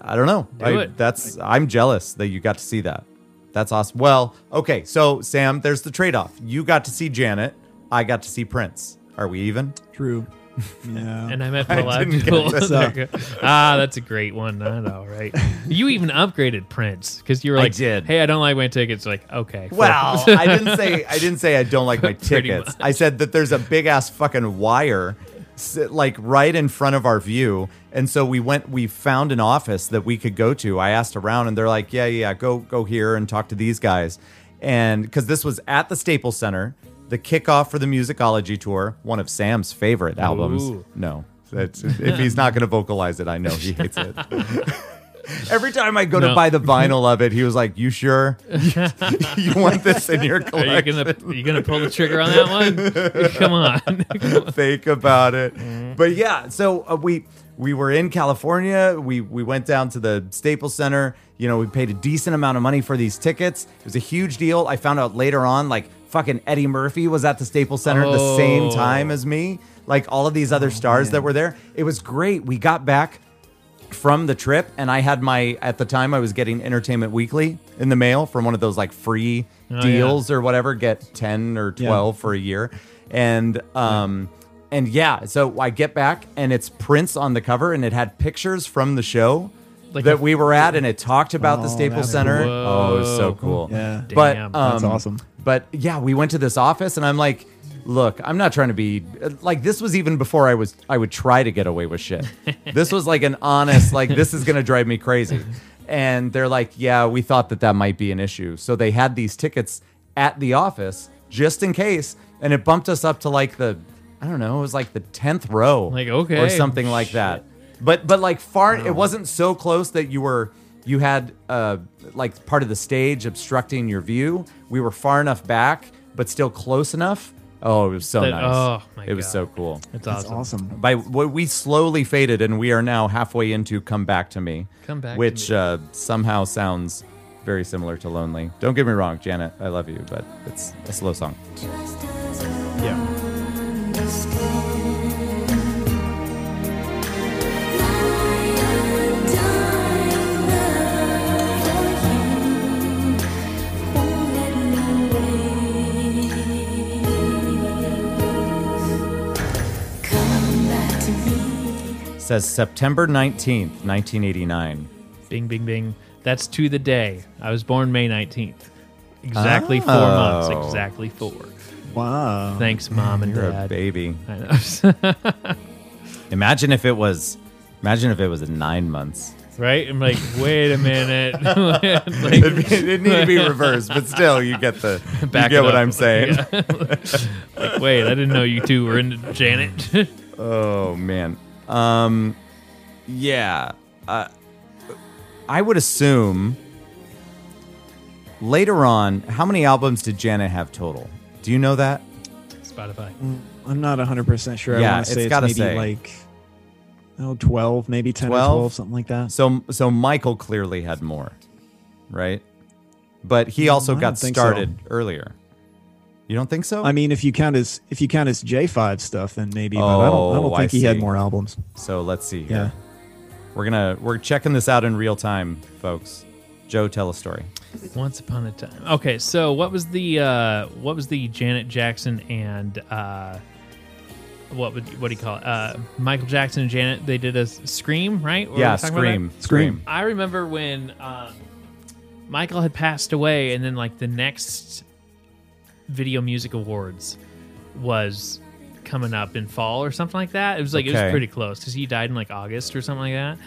A: I don't know.
B: Do
A: I,
B: it.
A: That's I'm jealous that you got to see that. That's awesome. Well, okay, so Sam, there's the trade-off. You got to see Janet. I got to see Prince. Are we even?
C: True. Yeah.
B: And I met
A: I
B: Paul
A: didn't get
B: Abdul.
A: this.
B: There you go. ah, that's a great one. I know, right? You even upgraded Prince because you were
A: I
B: like,
A: did.
B: hey, I don't like my tickets. Like, okay. fuck.
A: Well, I didn't say I didn't say I don't like my
B: Pretty
A: tickets. I said that there's a big ass fucking wire s- like right in front of our view. And so we went, we found an office that we could go to. I asked around and they're like, yeah, yeah, go, go here and talk to these guys. And because this was at the Staples Center, the kickoff for the Musicology Tour, one of Sam's favorite albums.
B: Ooh.
A: No, that's, if he's not going to vocalize it, I know he hates it. Every time I go to
B: No.
A: buy the vinyl of it, he was like, "You sure you, you want this in your
B: Are you
A: collection?"
B: gonna you gonna pull the trigger on that one? Come on.
A: Think about it.
B: Mm-hmm.
A: But yeah, so uh, we we were in California. We we went down to the Staples Center. You know, we paid a decent amount of money for these tickets. It was a huge deal. I found out later on, like fucking Eddie Murphy was at the Staples Center at the same
B: Oh.
A: time as me. Like all of these other stars that were there. It was great. We got back from the trip and I had my at the time I was getting Entertainment Weekly in the mail from one of those like free
B: Oh,
A: deals or whatever get 10 or
B: Yeah.
A: 12 for a year and um and yeah so I get back and it's Prince on the cover and it had pictures from the show
B: Like
A: that
B: a-
A: we were at and it talked about the
C: Oh,
A: Staples
C: that's
A: Center
C: cool.
A: oh it was so cool
C: Yeah.
A: but um,
B: Damn,
C: that's awesome.
A: but yeah we went to this office and I'm like look I'm not trying to be like this was even before I was I would try to get away with shit this was like an honest like this is gonna drive me crazy and they're like yeah we thought that that might be an issue so they had these tickets at the office just in case and it bumped us up to like the i don't know it was like the 10th row
B: Like, okay,
A: or something like that but but like far it wasn't so close that you were you had uh like part of the stage obstructing your view we were far enough back but still close enough oh it was so
B: That-
A: nice
B: oh, my
A: it was
B: God.
A: so cool
B: It's
C: That's
B: awesome.
C: awesome.
A: by what we slowly faded and we are now halfway into come back to me
B: Come Back to
A: which
B: Me.
A: Uh, somehow sounds very similar to lonely don't get me wrong janet i love you but it's a slow song
C: Yeah.
A: says september 19th 1989
B: Bing, bing, bing. That's to the day. I was born May 19th. Exactly four
A: Oh.
B: months. Exactly four.
C: Wow.
B: Thanks, mom and
A: you're a
B: dad.
A: baby
B: I know.
A: imagine if it was imagine if it was nine months
B: right? I'm like, wait a minute. Like-
A: it'd, be, it'd need to be reversed but still you get the
B: Back
A: you
B: it
A: get what
B: up.
A: i'm saying
B: Yeah. like, wait, I didn't know you two were into Janet.
A: Oh man. Um yeah. Uh, I would assume later on how many albums did Janet have total? Do you know that?
B: Spotify.
C: I'm not 100% sure.
A: Yeah,
C: I want to
A: it's
C: say it's
A: gotta
C: maybe
A: say.
C: like oh, 12, maybe 10
A: 12?
C: or 12, something like that.
A: So so Michael clearly had more, right? But he also
C: Mm, I
A: got
C: don't think so.
A: started earlier. You don't think so?
C: I mean, if you count as if you count as J5 stuff, then maybe. but I don't, I
A: Oh,
C: don't
A: I
C: think he had
A: see.
C: more albums.
A: so let's see
C: Yeah.
A: here. We're gonna we're checking this out in real time, folks. Joe, tell a story.
B: Once upon a time. Okay, so what was the uh what was the Janet Jackson and uh what would what do you call it? Uh Michael Jackson and Janet, they did a s- Scream, right? Were we
A: yeah,
B: talking about that?
A: scream,
C: Scream.
B: I remember when um, Michael had passed away, and then like the next Video Music Awards was coming up in fall or something like that. It was like it
A: Okay.
B: was pretty close because he died in like August or something like that.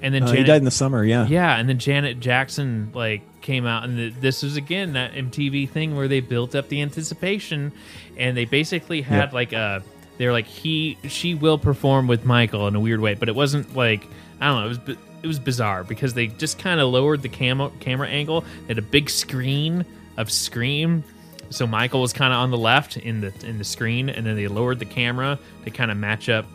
B: And then
C: Uh,
B: Janet,
C: he died in the summer. Yeah.
B: yeah, and then Janet Jackson like came out, and th this was again that MTV thing where they built up the anticipation, and they basically had like a they're like he she will perform with Michael in a weird way, but it wasn't like I don't know it was. bi- It was bizarre because they just kind of lowered the camo camera angle. They had a big screen of Scream, so Michael was kind of on the left in the in the screen, and then they lowered the camera to kind of match up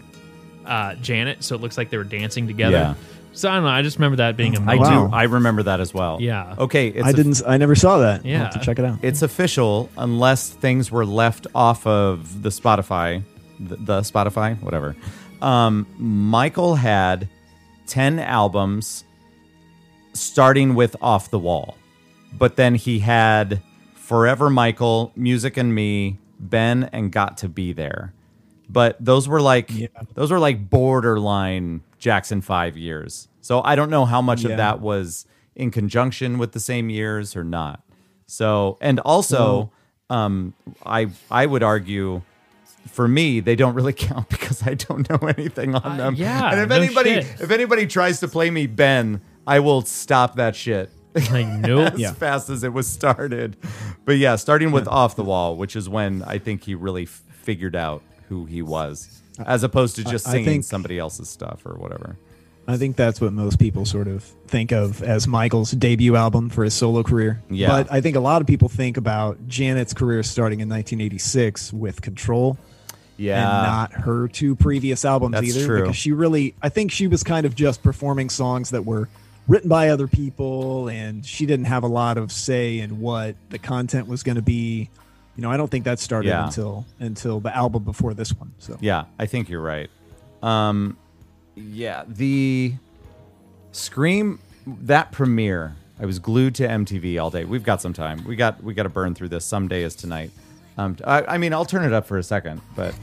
B: uh, Janet, so it looks like they were dancing together.
A: Yeah.
B: So I don't know. I just remember that being a
A: I
C: Wow.
A: do. I remember that as well.
B: Yeah.
A: Okay. It's
C: I
A: a-
C: didn't. I never saw that. I'll have to
B: Yeah.
C: check it out.
A: It's official unless things were left off of the Spotify, the, the Spotify, whatever. Um, Michael had 10 albums starting with Off the Wall, but then he had Forever Michael, Music and Me, Ben, and Got to Be There. But those were like those were like borderline Jackson Five years. So I don't know how much
C: Yeah.
A: of that was in conjunction with the same years or not. So and also, um, I I would argue for me, they don't really count because I don't know anything on them.
B: yeah,
A: and if
B: no
A: anybody
B: shit.
A: if anybody tries to play me Ben, I will stop that shit.
B: Like nope.
A: as fast as it was started. But yeah, starting with off the wall, which is when I think he really f- figured out who he was, as opposed to
C: I-
A: just
C: I
A: singing
C: think-
A: somebody else's stuff or whatever.
C: I think that's what most people sort of think of as Michael's debut album for his solo career.
A: Yeah.
C: But I think a lot of people think about Janet's career starting in 1986 with Control.
A: Yeah.
C: And not her two previous albums
A: That's
C: either.
A: true.
C: Because she really, I think she was kind of just performing songs that were written by other people and she didn't have a lot of say in what the content was going to be. You know, I don't think that started
A: Yeah.
C: until until the album before this one. So
A: Yeah, I think you're right. Um, yeah, the Scream that premiere, I was glued to MTV all day. We've got some time. We got we got to burn through this. Someday is tonight. Um, I, I mean, I'll turn it up for a second, but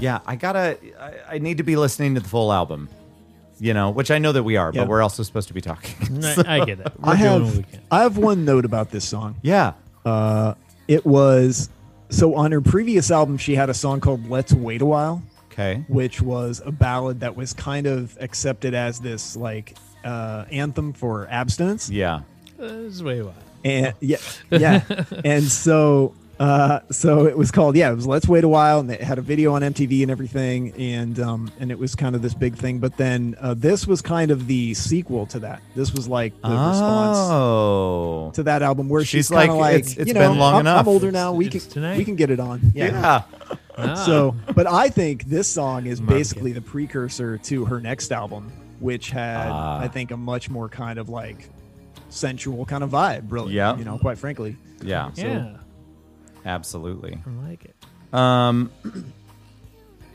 A: yeah, I gotta. I, I need to be listening to the full album. You know, which I know that we are,
C: Yeah.
A: but we're also supposed to be talking.
B: I-
A: So-
B: I get it. We're
C: I
B: doing what
C: have
B: we can.
C: I have one note about this song.
A: Yeah.
C: Uh, it was so on her previous album she had a song called Let's Wait a While,
A: Okay.
C: which was a ballad that was kind of accepted as this like uh, anthem for abstinence.
A: Yeah.
B: This is way wide.
A: Oh.
C: And yeah, yeah. and so uh, so it was called yeah, it was Let's Wait a While and it had a video on MTV and everything and um and it was kind of this big thing, but then uh, this was kind of the sequel to that. This was like the response
A: Oh.
C: to that album where
A: She's
C: she's, kind of
A: like,
C: like,
A: "It's- it's
C: you know,
A: been long
C: I'm,
A: enough.
C: I'm older now. We can
B: It's tonight."
C: we can get it on. Yeah.
A: Yeah.
C: So, but I think this song is basically the precursor to her next album, which had
A: Ah.
C: I think a much more kind of like sensual kind of vibe. Really.
A: Yeah.
C: You know, quite frankly.
A: Yeah.
C: So-
B: yeah,
A: Absolutely.
B: I like it.
A: Um,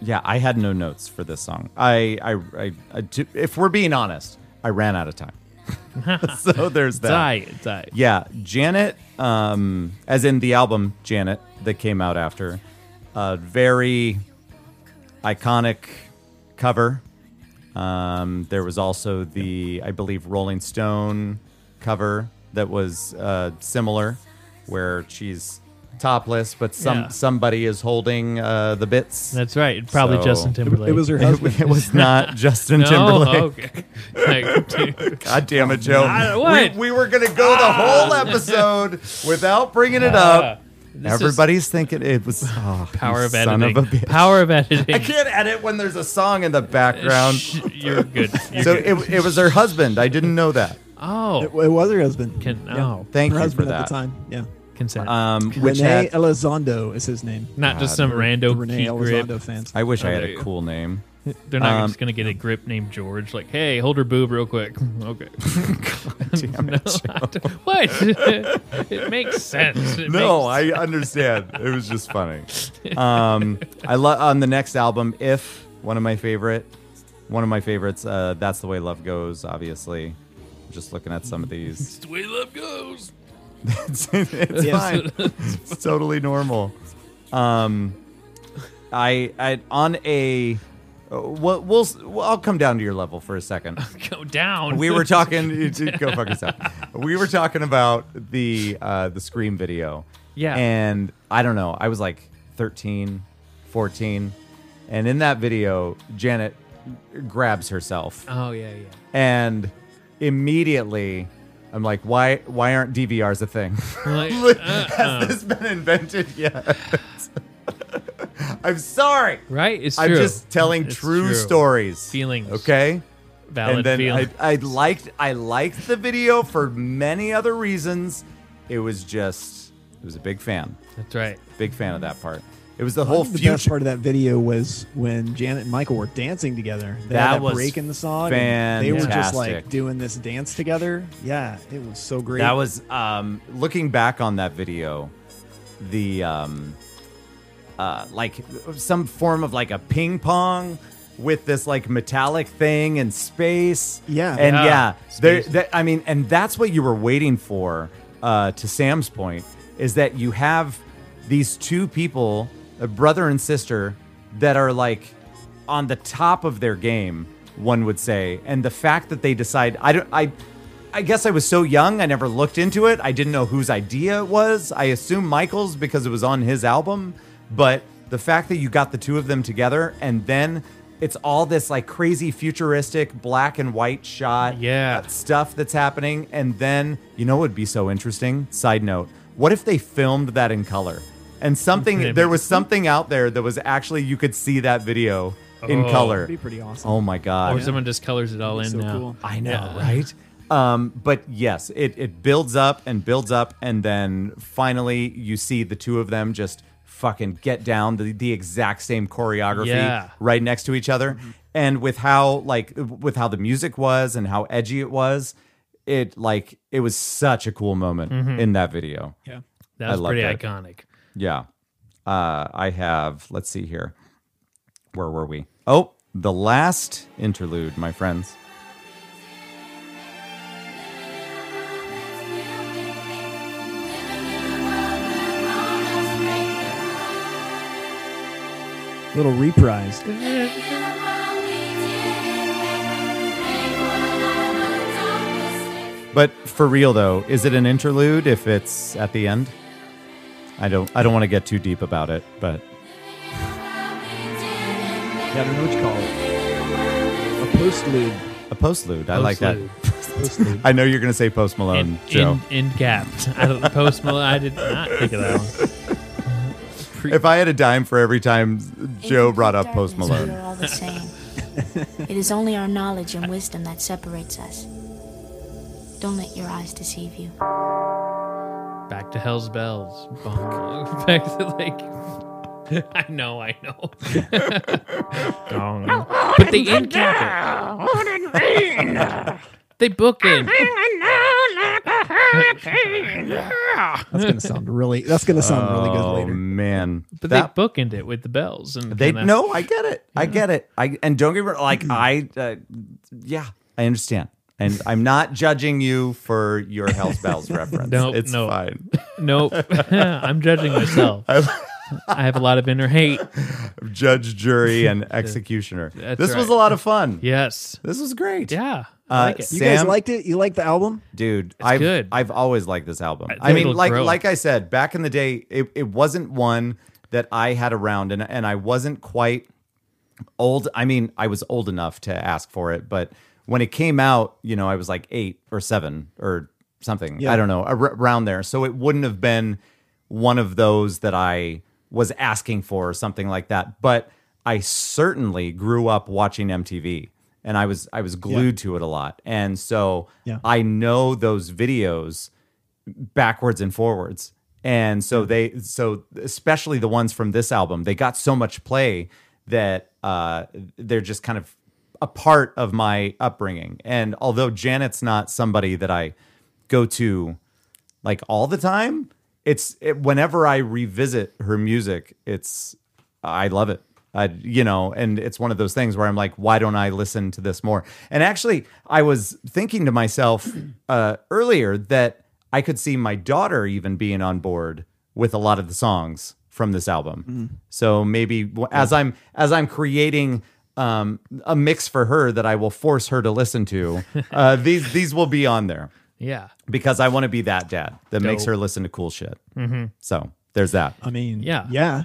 A: yeah, I had no notes for this song. I, I, I, I to- if we're being honest, I ran out of time. so there's that.
B: Die, die.
A: Yeah, Janet, um, as in the album Janet that came out after, a very iconic cover. Um, there was also the, I believe, Rolling Stone cover that was uh, similar, where she's topless, but some
B: Yeah.
A: somebody is holding uh, the bits.
B: That's right. Probably
A: So-
B: Justin Timberlake.
C: It was her husband.
A: It, was not Justin
B: no?
A: Timberlake.
B: Okay. Like, dude,
A: God damn it, Joe.
B: I- what?
A: We, we were going to go the whole episode without bringing it
B: Ah,
A: up.
B: this is
A: Everybody's thinking it was oh,
B: power
A: you
B: of
A: son
B: editing.
A: Of a bitch.
B: Power of editing.
A: I can't edit when there's a song in the background.
B: Shh, You're good. You're
A: so
B: good.
A: it, it was her husband. I didn't know that.
B: oh,
C: It, it was her husband.
B: Can-
C: Yeah.
B: oh.
A: Thank
C: her
A: you for
C: husband
A: that.
C: at the time. Yeah.
B: consent.
A: Um, which
C: Rene
A: had,
C: Elizondo is his name.
B: Not just some rando
C: Rene
B: key grip.
C: Elizondo fans.
A: I wish I had
B: there
A: a
B: you go.
A: cool name.
B: They're not
A: Um,
B: just gonna get a grip named George. Like, hey, hold her boob real quick. okay.
A: Damn it, Joe.
B: what? it makes sense. It
A: no,
B: makes-
A: I understand. It was just funny. Um, I love on the next album, if one of my favorite, one of my favorites. Uh, That's the way love goes. Obviously, just looking at some of these,
B: It's the way love goes.
A: it's, it's fine. It's totally normal. Um, I, I on a, uh, we'll, we'll, s- I'll come down to your level for a second.
B: Go down.
A: We were talking. you- you go fuck yourself. We were talking about the uh, the scream video.
B: Yeah.
A: And I don't know. I was like 13, 14, and in that video, Janet grabs herself,
B: Oh yeah, yeah.
A: and immediately, I'm like, why why aren't DVRs a thing?
B: Like, Uh-uh.
A: Has this been invented yet? I'm sorry.
B: right? It's true.
A: I'm just telling
B: It's
A: true,
B: true.
A: stories.
B: Feelings.
A: Okay
B: Valid
A: and then
B: feeling.
A: I, I liked I liked the video for many other reasons. It was just it was a big fan,
B: That's right.
A: big fan of that part. It was the
C: I
A: whole
C: think the
A: future.
C: best part of that video was when Janet and Michael were dancing together. They
A: That
C: had that
A: was
C: break in the song. and They were just
A: fantastic.
C: like doing this dance together. Yeah, it was so great.
A: that was um, looking back on that video, the um, uh, like some form of like a ping pong with this like metallic thing and space.
C: Yeah.
A: and
B: Yeah.
A: yeah, there.
B: Space.
A: that- I mean, and that's what you were waiting for. Uh, to Sam's point, is that you have these two people, a brother and sister, that are like on the top of their game, one would say. And the fact that they decide, I don't, I, I guess I was so young, I never looked into it. I didn't know whose idea it was. I assume Michael's because it was on his album. But the fact that you got the two of them together and then it's all this like crazy futuristic black and white shot yeah. stuff that's happening. And then, you know what would be so interesting? Side note, what if they filmed that in color? And something, there was something out there that was actually, you could see that video in
B: Oh.
A: color.
B: That'd be pretty awesome.
A: Oh my God.
B: Or someone just colors it all in now.
A: I know,
B: Yeah.
A: right? Um, but yes, it, it builds up and builds up, and then finally you see the two of them just fucking get down the, the exact same choreography
B: Yeah.
A: right next to each other. And with how like with how the music was and how edgy it was, it like it was such a cool moment
B: Mhm.
A: in that video.
B: Yeah. That was
A: loved
B: pretty
A: it.
B: iconic.
A: Yeah. Uh, I have, let's see here. Where were we? Oh, the last interlude, my friends.
C: Little reprise.
A: But for real though, is it an interlude if it's at the end? I don't I don't want to get too deep about it, but
C: Yeah, I don't know what you call it. A postlude.
A: a postlude. I like that.
C: Postlude.
A: I know you're gonna say post Malone, Joe.
B: In, in capped. I don't post Malone. I did not think of that one.
A: if I had a dime for every time Joe brought up post
E: darkness, We are
A: Malone.
E: all the same. it is only our knowledge and wisdom that separates us. Don't let your eyes deceive you.
B: Back to Hell's Bells. Bonk. Back to like. I know, I know. Gong. But they end cap it. They book in.
C: That's gonna sound really. That's gonna sound really good
A: Oh,
C: later.
A: man.
B: But
A: That-
B: they bookended it with the bells and
A: They
B: kinda-
A: no, I get it. I get it. I and don't get me wrong, like I, uh, yeah, I understand, and I'm not judging you for your Hell's Bells reference.
B: Nope,
A: it's
B: nope.
A: fine.
B: Nope. I'm judging myself. I have a lot of inner hate.
A: Judge, jury, and executioner.
B: That's
A: this was
B: right.
A: a lot of fun.
B: Yes.
A: This was great.
B: Yeah.
A: Uh,
B: I like it.
C: You guys
A: Sam?
C: liked it? You liked the album?
A: dude. I've
B: good.
A: I've always liked this album.
B: I
A: I,
B: think
A: mean,
B: it'll
A: like
B: grow.
A: like I said back in the day, it, it wasn't one that I had around, and and I wasn't quite old. I mean, I was old enough to ask for it, but when it came out, you know, I was like eight or seven or something.
C: Yeah.
A: I don't know ar- around there, so it wouldn't have been one of those that I was asking for or something like that. But I certainly grew up watching MTV. And I was I was glued to it a lot, and so
C: Yeah.
A: I know those videos backwards and forwards. And so they so especially the ones from this album, they got so much play that uh they're just kind of a part of my upbringing. And although Janet's not somebody that I go to like all the time, it's it, whenever I revisit her music, it's I love it. I, you know, and it's one of those things where I'm like, why don't I listen to this more? And actually, I was thinking to myself uh, earlier that I could see my daughter even being on board with a lot of the songs from this album. So maybe w- as I'm as I'm creating um, a mix for her that I will force her to listen to, uh, these these will be on there
B: Yeah.
A: because I want to be that dad that makes
B: Dope.
A: her listen to cool shit.
B: Mhm.
A: So there's that.
C: I mean,
B: Yeah.
C: yeah.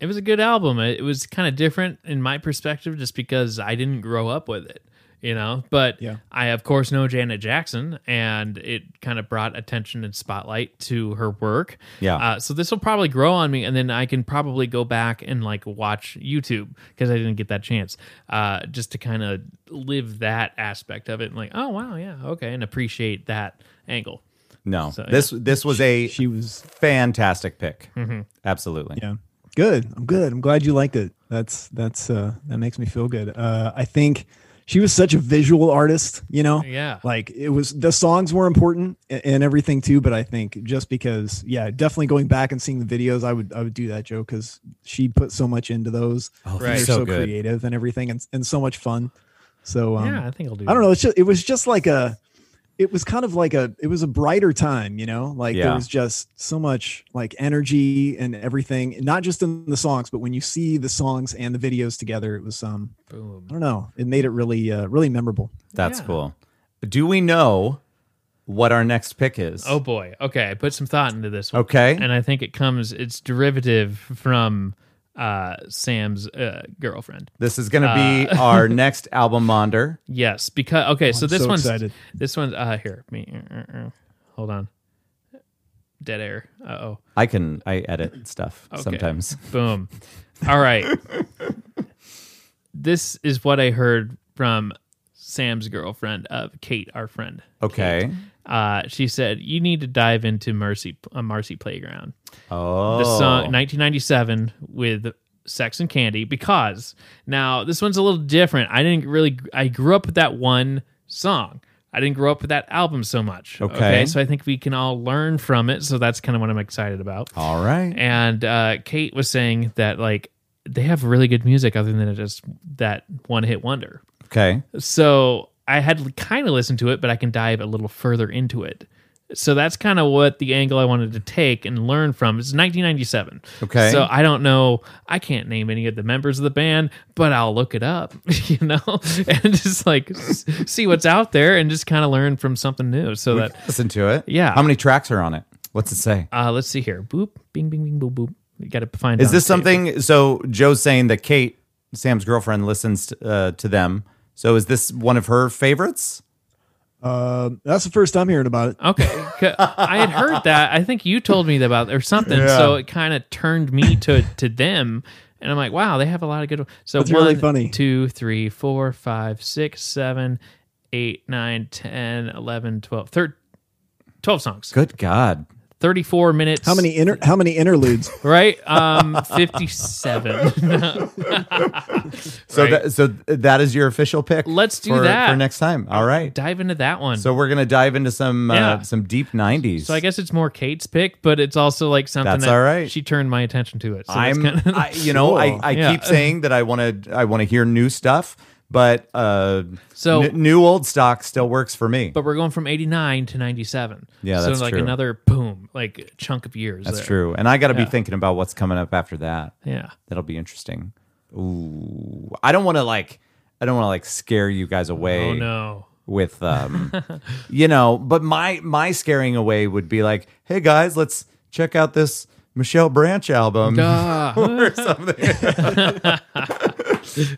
B: It was a good album. It it was kind of different in my perspective just because I didn't grow up with it, you know? But
C: Yeah.
B: I, of course, know Janet Jackson, and it kind of brought attention and spotlight to her work.
A: Yeah.
B: Uh, so this will probably grow on me, and then I can probably go back and like watch YouTube because I didn't get that chance uh, just to kind of live that aspect of it and like, oh, wow, yeah, okay, and appreciate that angle.
A: No,
B: So, yeah.
A: this this was a
C: She was.
A: fantastic pick.
B: Mhm.
A: Absolutely.
C: Yeah. Good. I'm good. I'm glad you liked it. That's that's uh that makes me feel good. Uh I think she was such a visual artist, you know.
B: Yeah.
C: Like it was the songs were important a- and everything too, but I think just because yeah, definitely going back and seeing the videos, I would I would do that Joe cuz she put so much into those.
A: Oh,
B: Right.
C: They're
A: so
C: so,
A: good.
C: creative and everything and and so much fun. So um
B: yeah, I think I'll do
C: I don't know. It's just, it was just like a. it was kind of like a it was a brighter time you know like there
A: Yeah.
C: was just so much like energy and everything not just in the songs but when you see the songs and the videos together it was um
B: Boom.
C: i don't know it made it really uh, really memorable
A: That's cool. Do we know what our next pick is?
B: Oh boy. Okay, I put some thought into this one.
A: Okay.
B: And I think it comes it's derivative from uh Sam's uh girlfriend.
A: This is going to be
B: Uh,
A: our next album monder.
B: Yes, because okay,
A: Oh,
B: so
A: I'm
B: this
A: so
B: one's
A: excited.
B: this one's uh here. Me uh, uh, uh, hold on. Dead air. Uh-oh.
A: I can I edit stuff
B: Okay.
A: sometimes.
B: Boom. All right. this is what I heard from Sam's girlfriend of Kate, our friend.
A: Okay.
B: Kate. Uh, she said, "You need to dive into Mercy, uh, Marcy Playground."
A: Oh,
B: the song 1997 with Sex and Candy because now this one's a little different. I didn't really I grew up with that one song. I didn't grow up with that album so much.
A: Okay.
B: so I think we can all learn from it. So that's kind of what I'm excited about.
A: All right.
B: And uh, Kate was saying that like they have really good music other than just that one hit wonder.
A: Okay.
B: So I had kind of listened to it, but I can dive a little further into it. So that's kind of what the angle I wanted to take and learn from. It's 1997.
A: Okay.
B: So I don't know. I can't name any of the members of the band, but I'll look it up, you know, and just like s- see what's out there and just kind of learn from something new. So
A: We
B: that,
A: can listen to it.
B: Yeah.
A: How many tracks are on it? What's it say?
B: uh, let's see here. Boop, bing, bing, bing, boop, boop. You got to find
A: Is
B: out.
A: this something? So Joe's saying that Kate, Sam's girlfriend, listens to, uh, to them. So is this one of her favorites?
C: uh, that's the first i'm hearing about it
B: Okay. 'Cause I had heard that. I think you told me about it or something.
C: Yeah.
B: So it kind of turned me to to them, and I'm like, wow, they have a lot of good. So
C: That's really
B: one,
C: funny.
B: two, three, four, five, six, seven, eight, nine, 10, 11, 12, thir- 12 songs.
A: Good God.
B: 34 minutes.
C: how many inter how many interludes
B: Right? Um 57.
A: So
B: Right.
A: that so th- that is your official pick.
B: Let's do
A: for,
B: that.
A: for next time. All right.
B: Dive into that one.
A: So we're gonna dive into some
B: Yeah.
A: uh, some deep '90s.
B: So I guess it's more Kate's pick, but it's also like something
A: That's
B: that
A: all right.
B: she turned my attention to it. So that's
A: I'm,
B: kinda-
A: I, you know, I, I
B: Yeah.
A: keep saying that I want to, I want to hear new stuff, but uh,
B: So-
A: n- new old stock still works for me.
B: but we're going from 89 to 97
A: Yeah, that's
B: so like
A: true.
B: another boom like chunk of years
A: That's
B: there.
A: true, and I got to
B: Yeah.
A: be thinking about what's coming up after that.
B: Yeah.
A: that'll be interesting. Ooh, I don't want to like, I don't want to like scare you guys away.
B: Oh, no.
A: With um, you know, but my my scaring away would be like, hey guys, let's check out this Michelle Branch album
B: Duh.
A: or something.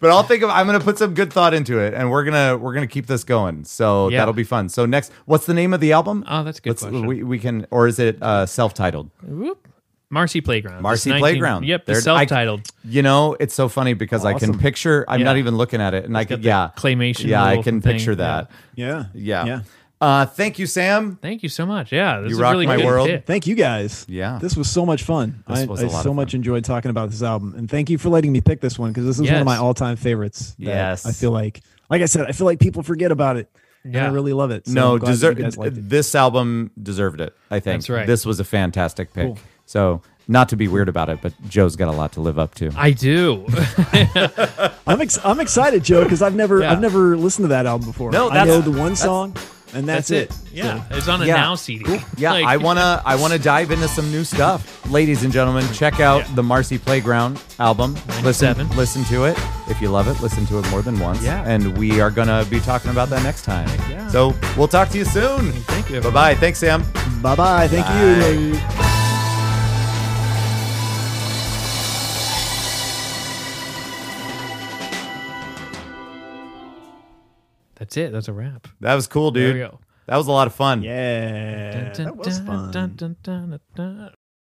A: but I'll think of I'm gonna put some good thought into it, and we're gonna we're gonna keep this going. So
B: Yeah.
A: that'll be fun. So next, what's the name of the album?
B: Oh, that's a good question.
A: We, we can, or is it uh, self-titled?
B: Whoop. marcy playground It's
A: Marcy
B: 19
A: Playground.
B: yep the
A: There- I-
B: self-titled
A: you know, it's so funny because I can
B: Awesome.
A: picture. I'm
B: Yeah.
A: not even looking at it, and I can
B: got the
A: yeah
B: claymation
A: Yeah, I
B: little
A: can
B: thing,
A: picture
B: yeah.
A: that.
C: Yeah.
A: yeah.
C: Yeah.
A: Uh, thank you, Sam.
B: thank you so much yeah this
A: You
B: is
A: rock
B: really
A: my
B: good
A: world.
B: pick.
C: Thank you guys.
A: Yeah.
C: This was so much fun.
A: This
C: I,
A: was
C: I
A: a lot
C: so
A: of
C: much enjoyed talking about this album. And thank you for letting me pick this one because this is one
B: Yes.
C: of my all time favorites. that
A: Yes.
C: I feel like, like I said, I feel like people forget about it. And
B: Yeah.
C: I really love it. So
A: no,
C: I'm glad that
A: deser-
C: you guys liked it.
A: this album deserved it. I think
B: That's right.
A: This was a fantastic pick.
B: Cool.
A: So not to be weird about it, but Joe's got a lot to live up to.
B: i do
A: uh,
C: I'm, ex- I'm excited, Joe, because I've never
B: Yeah.
C: I've never listened to that album before.
A: No,
C: I
A: that's-
C: know the one song, and that's,
B: that's it yeah it's on a
A: Yeah.
B: now cd
A: Yeah,
B: Like-
A: I wanna I wanna dive into some new stuff. Ladies and gentlemen, check out the Marcy Playground album. Listen
B: 97.
A: listen to it. If you love it, listen to it more than once.
B: Yeah.
A: And we are gonna be talking about that next time.
B: Yeah.
A: So we'll talk to you soon.
B: thank you
A: Bye bye. Thanks, Sam.
C: Bye bye. Thank
A: Bye.
C: you.
B: that's it that's a wrap
A: That was cool,
B: There
A: dude.
B: we go.
A: That was a lot of fun.
C: Yeah. That was
B: Dun,
C: fun.
B: dun, dun, dun, dun, dun.